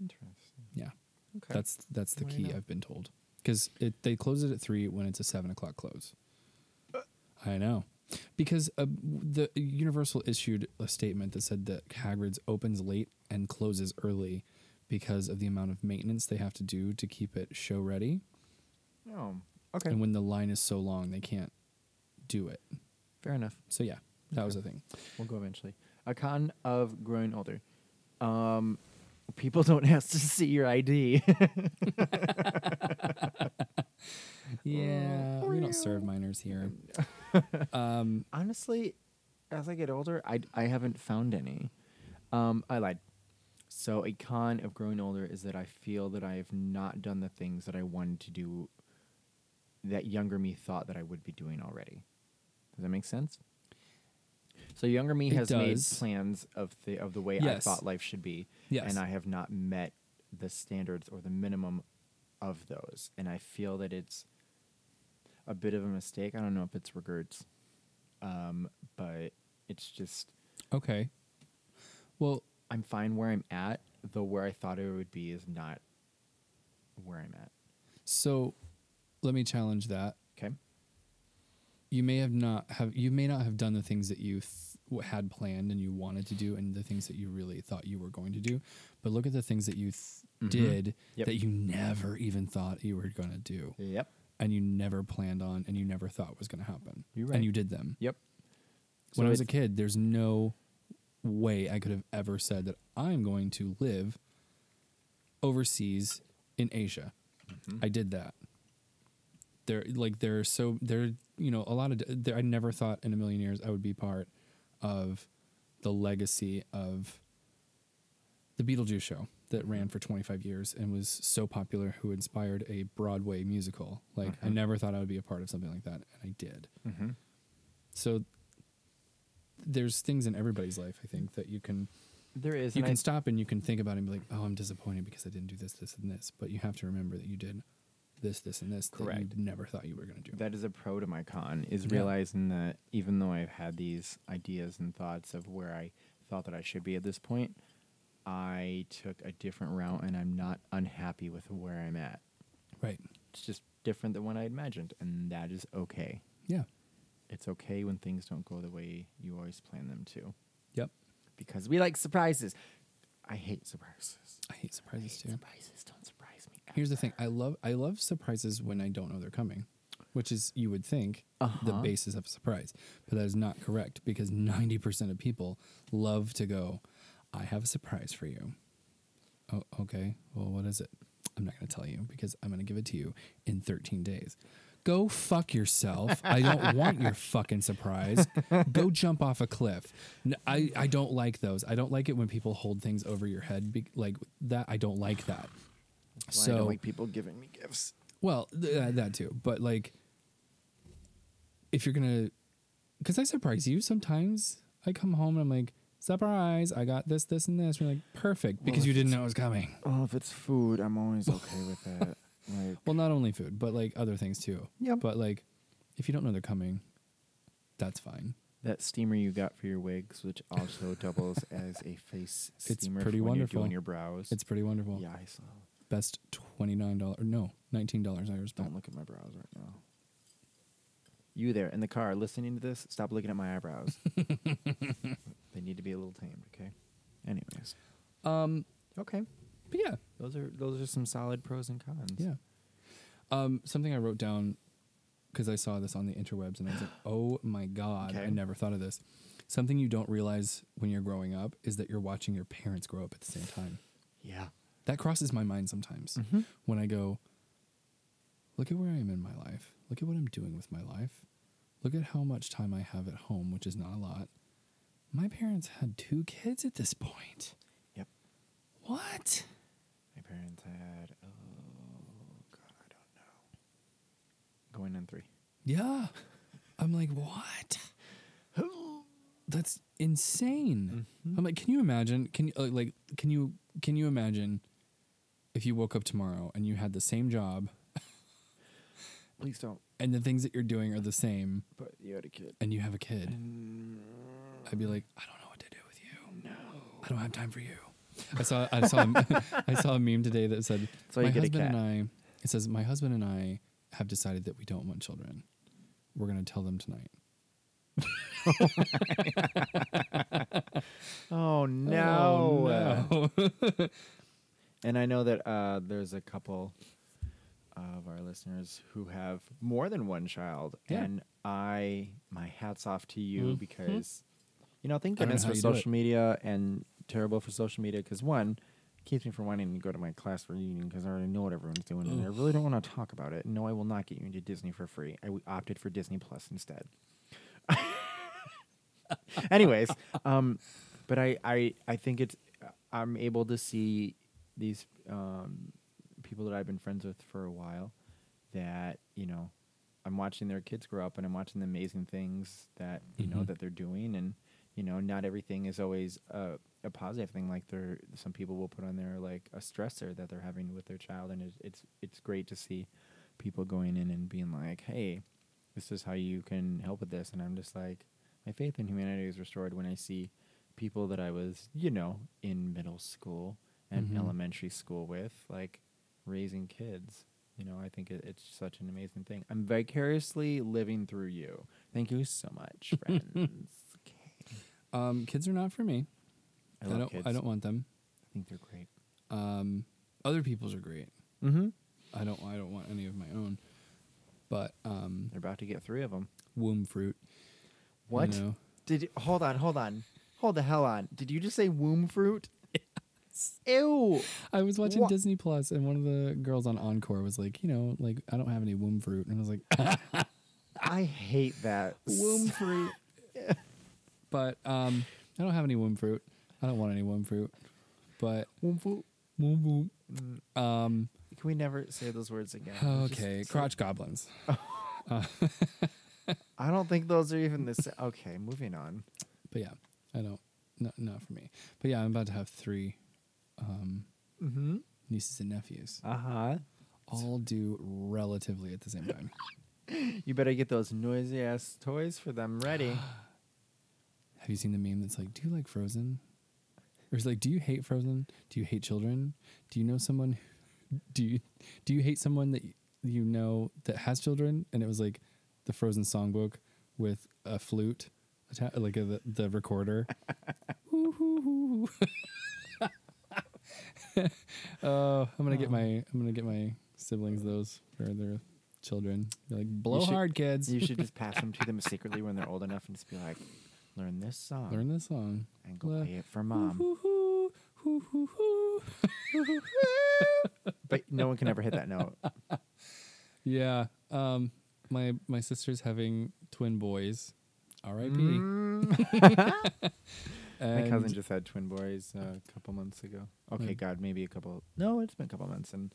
Interesting. Yeah, Okay. that's that's the Why key not? I've been told because it they close it at three when it's a seven o'clock close. I know, because uh, the Universal issued a statement that said that Hagrid's opens late and closes early because of the amount of maintenance they have to do to keep it show ready. oh, okay. And when the line is so long, they can't do it. Fair enough. So yeah, that was the thing. We'll go eventually. A con of growing older. Um, people don't ask to see your ID. Yeah, we don't serve minors here. Um, Honestly, as I get older, I, I haven't found any. Um, I lied. So a con of growing older is that I feel that I have not done the things that I wanted to do that younger me thought that I would be doing already. Does that make sense? So younger me It has made does. plans of the of the way I Yes. thought life should be, Yes. and I have not met the standards or the minimum of those. And I feel that it's a bit of a mistake. I don't know if it's regards, um, but it's just Okay. Well, I'm fine where I'm at, though where I thought it would be is not where I'm at. so let me challenge that. Okay. You may have not have you may not have done the things that you th- w- had planned and you wanted to do, and the things that you really thought you were going to do. But look at the things that you th- did Yep. that you never even thought you were going to do, Yep. and you never planned on, and you never thought was going to happen. You're right. And you did them. Yep. when I was a it's- kid, there's no way I could have ever said that I'm going to live overseas in Asia. Mm-hmm. I did that. There, like there are so there, you know, a lot of there. I never thought in a million years I would be part of the legacy of the Beetlejuice show that ran for 25 years and was so popular, who inspired a Broadway musical. Like I never thought I would be a part of something like that, and I did. Mm-hmm. So there's things in everybody's life, I think, that you can There is. you and can I- stop and you can think about it and be like, oh, I'm disappointed because I didn't do this, this, and this. But you have to remember that you did this, this, and this Correct. that you never thought you were going to do. that is a pro to my con is Yeah. realizing that even though I've had these ideas and thoughts of where I thought that I should be at this point, I took a different route and I'm not unhappy with where I'm at. right. It's just different than what I imagined, and that is okay. Yeah. It's okay when things don't go the way you always plan them to, Yep. because we like surprises. I hate surprises. I hate I surprises hate too. surprises. Don't surprise me. Here's the thing. I love I love surprises when I don't know they're coming, which is you would think the Uh-huh. basis of a surprise, but that is not correct because 90% of people love to go, I have a surprise for you. Oh, okay. Well, what is it? I'm not going to tell you because I'm going to give it to you in 13 days. Go fuck yourself. I don't want your fucking surprise. Go jump off a cliff. N I I I, don't like those. I don't like it when people hold things over your head be, like that. I don't like that. That's why I so- don't like people giving me gifts. Well, th- uh, that too. But like, if you're gonna, because I surprise you sometimes. I come home and I'm like, surprise! I got this, this, and this. You're like, perfect, because if you didn't know it was coming. Well, Oh, if it's food, I'm always okay with that. Like, Well, not only food, but like other things too. Yeah. But like, if you don't know they're coming, that's fine. that steamer you got for your wigs, which also doubles as a face It's steamer pretty for when wonderful. you're doing your brows. It's pretty wonderful. yeah, I saw. Best twenty nine dollar, no, nineteen dollars. I was Don't look at my brows right now. You there in the car listening to this? Stop looking at my eyebrows. they need to be a little tamed, okay? Anyways, Um. okay. But yeah, Those are those are some solid pros and cons. Yeah. Um, something I wrote down because I saw this on the interwebs and I was like, oh my God, I Okay. never thought of this. Something you don't realize when you're growing up is that you're watching your parents grow up at the same time. Yeah. That crosses my mind sometimes Mhm. when I go, look at where I am in my life. Look at what I'm doing with my life. Look at how much time I have at home, which is not a lot. My parents had two kids at this point. Yep. What? My parents had. Oh God, I don't know. Going on three. Yeah. I'm like, what? Mm-hmm. That's insane. I'm like, can you imagine? Can you uh, like can you can you imagine if you woke up tomorrow and you had the same job Please don't. and the things that you're doing are the same But you had a kid. and you have a kid? I'd be like, I don't know what to do with you. No. I don't have time for you. I saw I saw a- I saw a meme today that said So you my get a husband cat. and I it says my husband and I have decided that we don't want children. We're going to tell them tonight. Oh Oh, no. no. And I know that uh, there's a couple of our listeners who have more than one child, Yeah. and I my hats off to you Mhm. because you know thank I don't know goodness how for you do it. social media and terrible for social media because one keeps me from wanting to go to my class reunion because I already know what everyone's doing and I really don't want to talk about it. No, I will not get you into Disney for free. I w- opted for Disney Plus instead. Anyways, um, but I, I I think it's uh, I'm able to see these um, people that I've been friends with for a while that you know I'm watching their kids grow up and I'm watching the amazing things that you know Mhm. that they're doing and you know not everything is always a a positive thing. Like there, some people will put on there like a stressor that they're having with their child, and it, it's it's great to see people going in and being like, "Hey, this is how you can help with this." And I'm just like, my faith in humanity is restored when I see people that I was, you know, in middle school and Mhm. elementary school with, like raising kids. You know, I think it, it's such an amazing thing. I'm vicariously living through you. Thank you so much, friends. Um, kids are not for me. I love don't. kids. I don't want them. I think they're great. Um, other people's are great. Mm-hmm. I don't. I don't want any of my own. But um, They're about to get three of them. womb fruit. you What? know. Did you- hold on, hold on, hold the hell on. Did you just say womb fruit? Ew. I was watching Wha- Disney Plus, and one of the girls on Encore was like, you know, like I don't have any womb fruit, and I was like, I hate that. Womb fruit. but um, I don't have any womb fruit. I don't want any womb fruit. But womb fruit. womb fruit. Um. Can we never say those words again? It's just Okay. so- Crotch goblins. I don't think those are even the same. Okay, moving on. But yeah, I don't. Not not for me. But yeah, I'm about to have three um, Mm-hmm. nieces and nephews, Uh huh. all due relatively at the same time. You better get those noisy ass toys for them ready. Have you seen the meme that's like, do you like Frozen? Or it's like, do you hate Frozen? Do you hate children? Do you know someone? who- Do you do you hate someone that y- you know that has children? And it was like the Frozen songbook with a flute, atta- like a, the, the recorder. Ooh-hoo-hoo. oh, I'm gonna Um, get my I'm gonna get my siblings those for their children. Be like blow should- hard, kids. you should just pass them to them secretly when they're old enough and just be like, learn this song Learn this song. and go Le- play it for mom. Hoo-hoo-hoo, hoo-hoo-hoo. but no one can ever hit that note. yeah. Um, my my sister's having twin boys. R.I.P. Mm. My And cousin just had twin boys uh, a couple months ago. Okay, Yeah. God, maybe a couple. No, it's been a couple months, and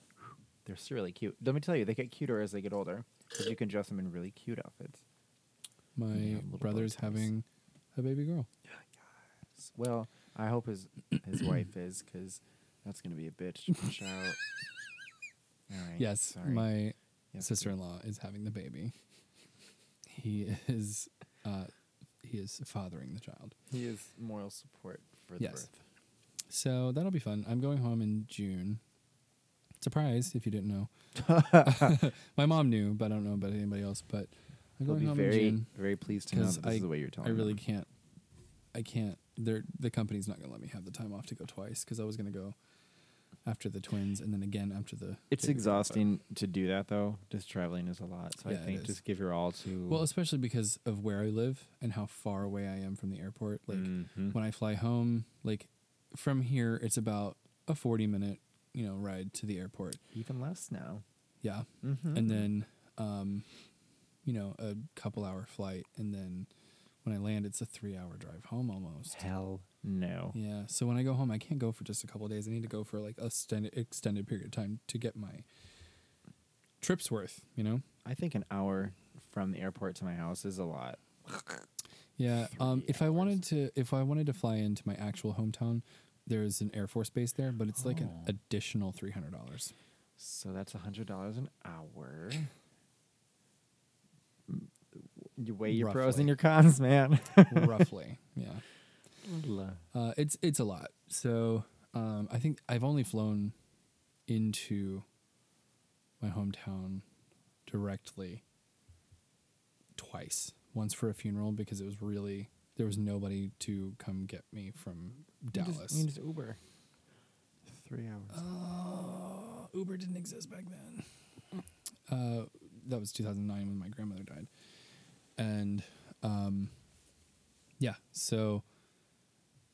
they're still really cute. Let me tell you, they get cuter as they get older because you can dress them in really cute outfits. my Yeah, little brother's bow ties. having a baby girl. S- Well, I hope his his wife is because that's gonna be a bitch. Watch out. All right. Yes, Sorry. my Yes, sister-in-law is having the baby. He is uh, he is fathering the child. He is moral support for the Yes. birth. So that'll be fun. I'm going home in June. Surprise, if you didn't know. my mom knew, but I don't know about anybody else. But I'm He'll going be home in very June. very pleased to know 'Cause that this I- is the way you're telling. I really him. can't. I can't. They're, the company's not going to let me have the time off to go twice because I was going to go after the twins and then again after the. baby It's girl, but- exhausting to do that though. Just traveling is a lot, so Yeah, I it think is. just give your all to. Well, especially because of where I live and how far away I am from the airport. Like Mhm. when I fly home, like from here, it's about a 40 minute, you know, ride to the airport. even less now. Yeah. Mm-hmm. and then um, you know a couple hour flight and then when i land it's a three hour drive home almost hell no. yeah so when i go home i can't go for just a couple of days i need to go for like a extended, extended period of time to get my trips worth you know I think an hour from the airport to my house is a lot. yeah um, Three if i wanted to if i wanted to fly into my actual hometown there's an air force base there but it's like an Oh. additional $300 So that's a hundred dollars an hour. Mm, You weigh your pros Roughly. and your cons, man. roughly yeah mm-hmm. Uh, it's it's a lot. So um, I think I've only flown into my hometown directly twice. Once for a funeral because it was really there was nobody to come get me from Dallas. You just Uber. Three hours. Uh, Uber didn't exist back then. Uh, that was 2009 when my grandmother died, and um, yeah, so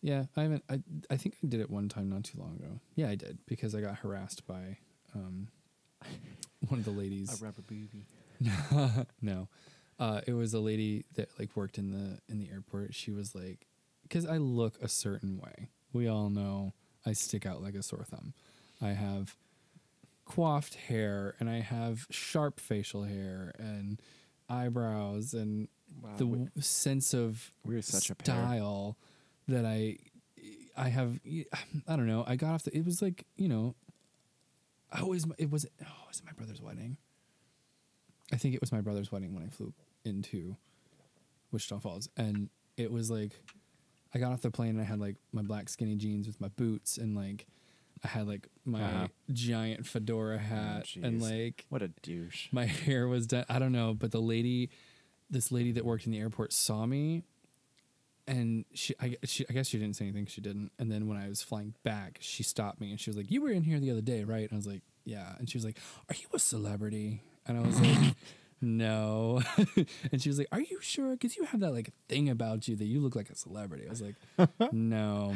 yeah, I haven't. I I think I did it one time not too long ago. Yeah, I did because I got harassed by um, one of the ladies. a rubber booby. No, uh, it was a lady that like worked in the in the airport. She was like, because I look a certain way. We all know I stick out like a sore thumb. I have coiffed hair and I have sharp facial hair and eyebrows and Wow, the we- w- sense of we're such a pair. style that I I have I don't know. I got off the it was like, you know, I always it was oh, was it my brother's wedding? I think it was my brother's wedding when I flew into Wichita Falls and it was like I got off the plane and I had like my black skinny jeans with my boots and like I had like my Uh-huh. giant fedora hat and Oh, jeez. like What a douche. my hair was done. I don't know, but the lady, this lady that worked in the airport saw me, and she I, she, I guess she didn't say anything. She didn't. And then when I was flying back, she stopped me and she was like, "You were in here the other day, right?" And I was like, "Yeah." And she was like, "Are you a celebrity?" And I was like. No, and she was like, "Are you sure? Because you have that like thing about you that you look like a celebrity." I was like, "No,"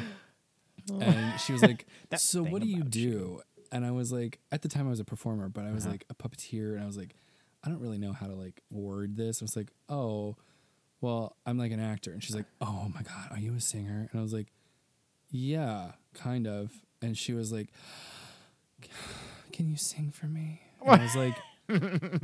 and she was like, That "So what do thing you about do?" And I was like, at the time I was a performer, but I was Uh-huh. like a puppeteer, and I was like, I don't really know how to like word this. I was like, oh, well, I'm like an actor, and she's like, oh my god, are you a singer? And I was like, yeah, kind of. And she was like, can you sing for me? And I was like,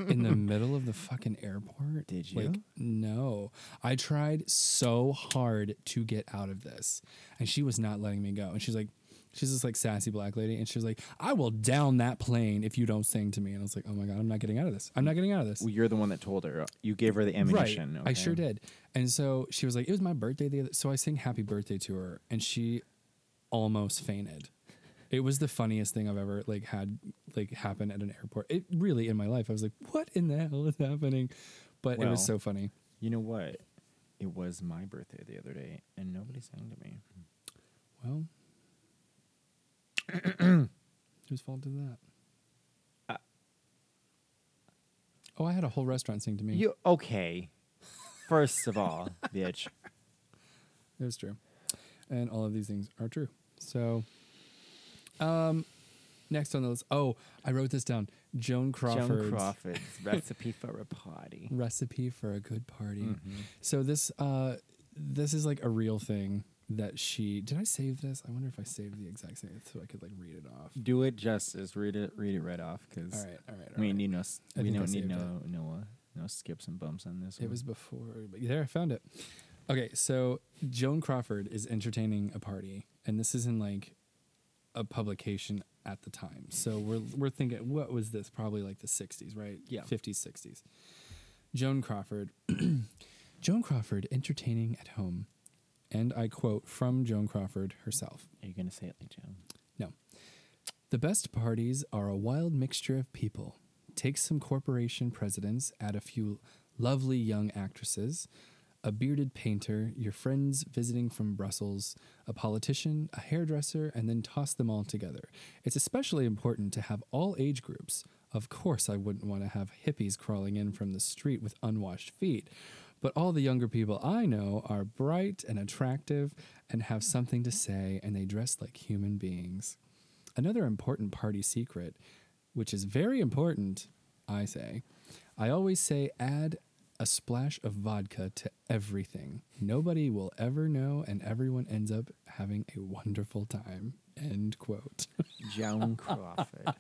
in the middle of the fucking airport. Did Like, you? no, I tried so hard to get out of this, and she was not letting me go. And she's like, she's this like sassy black lady, and she was like, I will down that plane if you don't sing to me. And I was like, oh my god, I'm not getting out of this. I'm not getting out of this. Well, you're the one that told her. You gave her the Right, ammunition. I okay. sure did. And so she was like, "It was my birthday the other." So I sang "Happy Birthday" to her, and she almost fainted. It was the funniest thing I've ever like had like happen at an airport. It really in my life, I was like, "What in the hell is happening?" But it Well, was so funny. You know what? It was my birthday the other day, and nobody sang to me. Well, whose fault is that? Uh, oh, I had a whole restaurant sing to me. You okay? First of all, bitch. It was true. And all of these things are true. So um next on the list. Oh, I wrote this down. Joan Crawford's Joan Crawford's recipe for a party. recipe for a good party. Mm-hmm. So this uh this is like a real thing that she did I save this? I wonder if I saved the exact same so I could like read it off. Do it justice. Read it. Read it right off, because All right, all right, all we right. need no. s- I we think I don't need saved no no uh, no skips and bumps on this. It was before. but There, I found it. Okay, so Joan Crawford is entertaining a party, and this is in like a publication at the time. So we're we're thinking, what was this? Probably like the '60s, right? Yeah. '50s, '60s. Joan Crawford. Joan Crawford entertaining at home, and I quote from Joan Crawford herself. Are you gonna say it like Joan? No. The best parties are a wild mixture of people. Take some corporation presidents, add a few lovely young actresses, a bearded painter, your friends visiting from Brussels, a politician, a hairdresser, and then toss them all together. It's especially important to have all age groups. Of course, I wouldn't want to have hippies crawling in from the street with unwashed feet, but all the younger people I know are bright and attractive and have something to say, and they dress like human beings. Another important party secret, which is very important, I say, I always say add a splash of vodka to everything. Nobody will ever know, and everyone ends up having a wonderful time. End quote. Joan Crawford.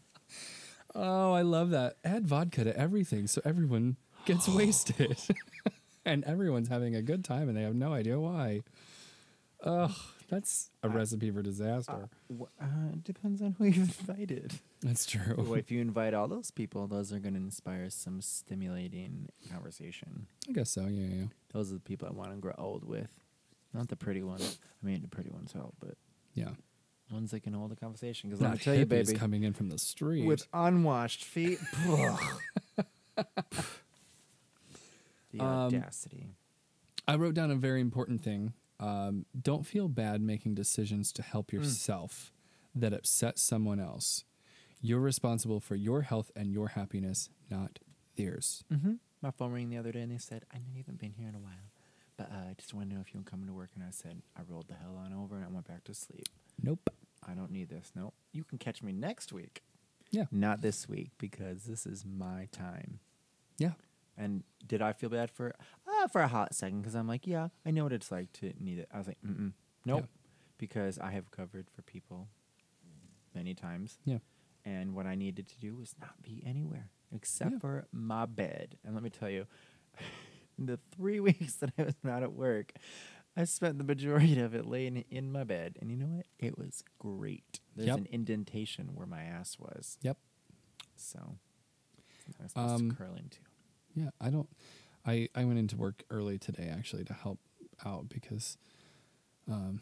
Oh, I love that. Add vodka to everything so everyone gets wasted. and everyone's having a good time and they have no idea why. Ugh, that's a recipe for disaster. Wh- uh, it depends on who you invited. That's Well, true. if you invite all those people, those are gonna inspire some stimulating conversation. I guess so. Yeah, yeah. Those are the people I want to grow old with, not the pretty ones. I mean, the pretty ones help, but Yeah. ones that can hold a conversation. Because let Not me tell you, hippies baby, coming in from the street. with unwashed feet, the audacity. I wrote down a very important thing. Um, don't feel bad making decisions to Hmm. help yourself that upset someone else. You're responsible for your health and your happiness, not theirs. Mm-hmm. My phone rang the other day, and they said, "I know you haven't been here in a while, but uh, I just want to know if you were coming to work." And I said, "I rolled the hell on over, and I went back to sleep. Nope. I don't need this. No, you can catch me next week, Yeah. not this week, because this is my time." Yeah. And did I feel bad for uh, for a hot second? Because I'm like, yeah, I know what it's like to need it. I was like, mm-mm, nope, because I have covered for people many times, Yeah. and what I needed to do was not be anywhere except Yeah. for my bed. And let me tell you, in the three weeks that I was not at work, I spent the majority of it laying in my bed, and you know what? It was great. There's Yep. an indentation where my ass was, Yep. so I was supposed Um, to curl into. Yeah, I don't. I I went into work early today actually to help out because, um,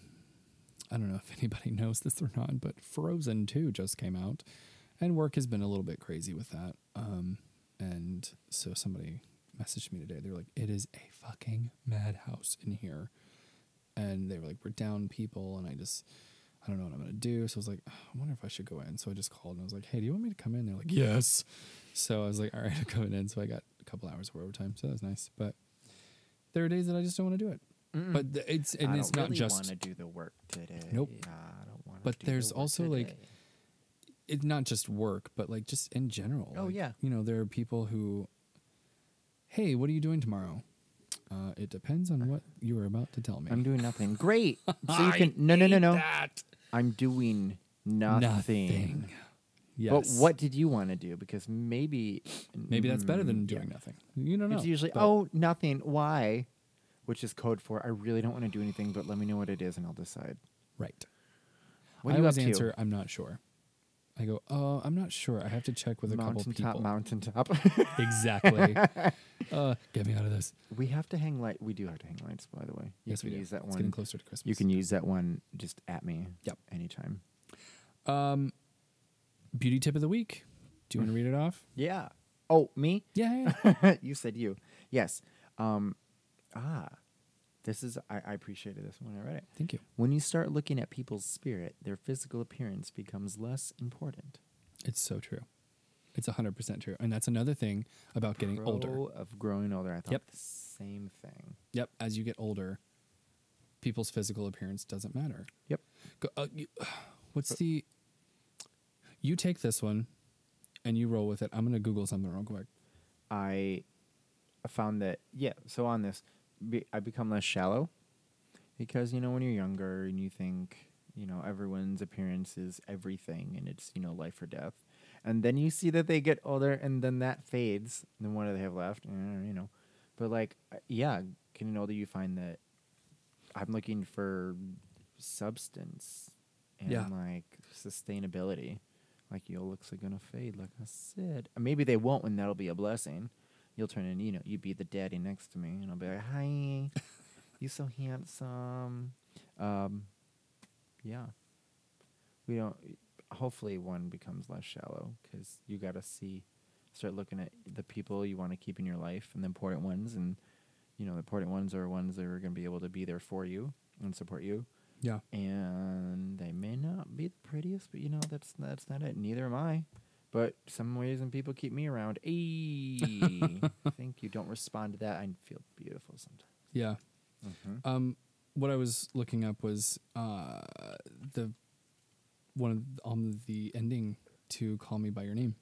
I don't know if anybody knows this or not, but Frozen Two just came out, and work has been a little bit crazy with that. Um, and so somebody messaged me today. They're like, "It is a fucking madhouse in here," and they were like, "We're down people," and I just. I don't know what I'm gonna do, so I was like, "Oh, I wonder if I should go in. So I just called and I was like, "Hey, do you want me to come in?" They're like, "Yes." So I was like, all right, I'm coming in. So I got a couple hours of overtime. So that was nice. But there are days that I just don't want to do it. But th- it's and I it's not don't really want just to do the work today. Nope. Nah, I don't want. But there's also, like, it's not just work, but like just in general. Oh, Like, yeah. you know there are people who, hey, what are you doing tomorrow? Uh, it depends on what you were about to tell me. I'm doing nothing. Great. So you can no no no no. I'm doing nothing. nothing. Yes. But what did you want to do? Because maybe Maybe that's better than Mm, yeah. doing nothing. You don't know. It's usually but- oh nothing. Why? Which is code for I really don't want to do anything, but let me know what it is and I'll decide. right. What I are you up always to? answer, I'm not sure. I go, oh, I'm not sure. I have to check with a couple people. mountaintop, mountaintop. Exactly. uh, get me out of this. we have to hang light. We do have to hang lights, by the way. You yes, can we do. use that it's one. getting closer to Christmas. You can use that one just at me. Yep. Anytime. Um, beauty tip of the week. Do you want to read it off? Yeah. Oh, me? Yeah. yeah, yeah. you said you. Yes. Um, ah, this is, I, I appreciated this when I read it. Thank you. When you start looking at people's spirit, their physical appearance becomes less important. It's so true. It's 100% true. And that's another thing about getting older. Pro Of growing older. I thought Yep. the same thing. Yep. As you get older, people's physical appearance doesn't matter. Yep. Go, uh, you, what's the. You take this one and you roll with it. I'm going to Google something real quick. I found that yeah. So on this, be, I become less shallow because you know when you're younger and you think you know everyone's appearance is everything and it's you know life or death, and then you see that they get older and then that fades. And then what do they have left? Eh, you know, but like uh, yeah, getting older you find that I'm looking for substance and Yeah. like sustainability. Like your looks are gonna fade, like I said. Uh, Maybe they won't, and that'll be a blessing. You'll turn in, you know, you'd be the daddy next to me, and I'll be like, "Hi, you so handsome." Um, yeah. We don't. Hopefully, one becomes less shallow because you gotta see, start looking at the people you want to keep in your life and the important ones, and you know, the important ones are ones that are gonna be able to be there for you and support you Yeah. and they may not be the prettiest, but you know that's that's not it. Neither am I. But some reason people keep me around. Ayy. I think you don't respond to that. I feel beautiful sometimes. Yeah. Um, what I was looking up was uh, the one of, on the ending to "Call Me by Your Name"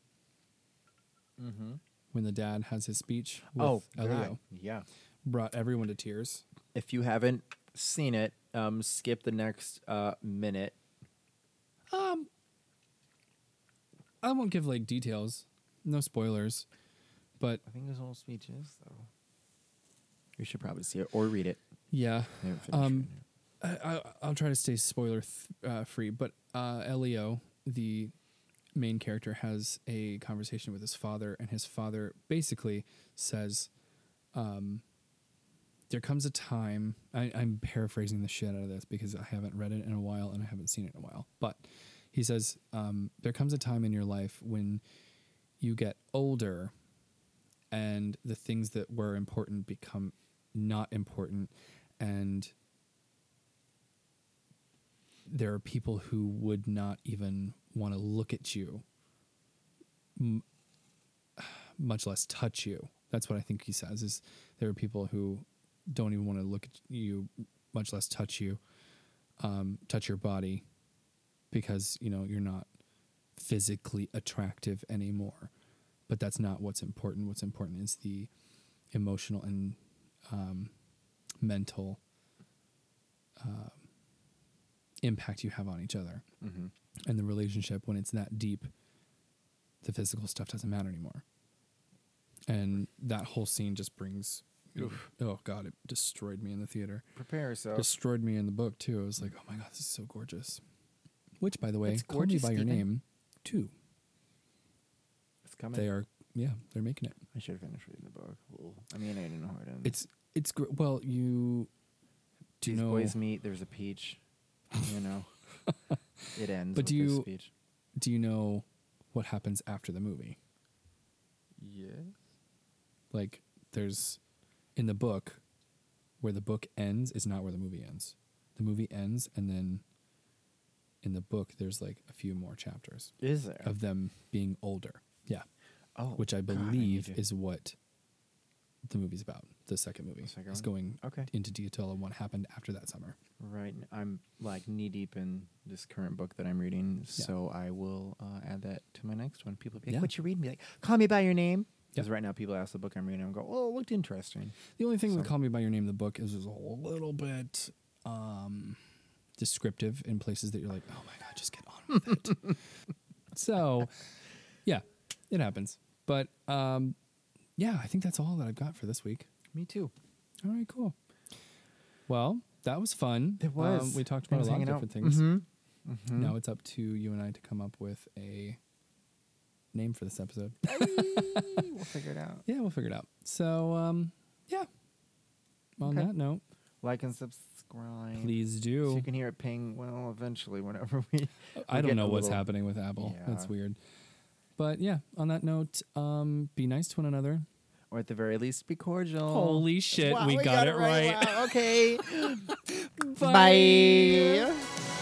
Mm-hmm. when the dad has his speech with Oh, Elio, God. yeah. brought everyone to tears. If you haven't seen it, um, skip the next uh, minute. Um, I won't give like details, no spoilers, but I think his whole speech is though. You should probably see it or read it. yeah, I haven't finished Um, reading it. I, I, I'll try to stay spoiler th- uh, free, but uh, Elio, the main character, has a conversation with his father, and his father basically says, um, There comes a time, I, I'm paraphrasing the shit out of this because I haven't read it in a while and I haven't seen it in a while, but he says, um, There comes a time in your life when you get older and the things that were important become not important and there are people who would not even want to look at you m- much less touch you that's what i think he says is there are people who don't even want to look at you much less touch you um, touch your body because you know you're not physically attractive anymore but that's not what's important what's important is the emotional and um, mental uh, impact you have on each other Mhm. and the relationship when it's that deep the physical stuff doesn't matter anymore and that whole scene just brings Oof. oh god, it destroyed me in the theater. Prepare yourself. Destroyed me in the book too. I was like, oh my god, this is so gorgeous. Which, by the way, It's call me gorgeous, by your Steven. name too. it's coming. They are, yeah, they're making it. I should have finished reading the book. Ooh. I mean, I didn't know hard end. It's it's gr- well, you do you These know boys meet. There's a peach. You know, it ends. But with do this you- Speech. do you know what happens after the movie? Yeah. Like there's in the book where the book ends is not where the movie ends. The movie ends and then in the book there's like a few more chapters Is there? of them being older. Yeah. oh, which I God, believe need to- is what the movie's about. The second movie The second is one? going Okay. into detail on what happened after that summer. Right. n- I'm like knee deep in this current book that I'm reading, Yeah. so I will uh, add that to my next one. People be like, Yeah. "What you reading?" Be like, "Call me by your name." Because Yep. right now, people ask the book I'm reading. I'm go, "Oh, it looked interesting." The only thing with So- Call Me by Your Name, the book is just a little bit um, descriptive in places that you're like, oh my god, just get on with it. so, yeah, it happens. But um, yeah, I think that's all that I've got for this week. Me too. All right, cool. Well, that was fun. It was. Um, we talked about a lot of different things. Mm-hmm. hmm Now it's up to you and I to come up with a name for this episode. we'll figure it out. yeah, we'll figure it out. So, um, yeah. On Okay. that note, Like and subscribe. please do. So you can hear it ping. Well, eventually, whenever we. I we're don't getting know a what's little- happening with Apple. That's Yeah. weird. But yeah, on that note, um, be nice to one another. Or at the very least, be cordial. Holy shit, Oh. Wow, we, got, it right. Wow, okay. Bye. Bye.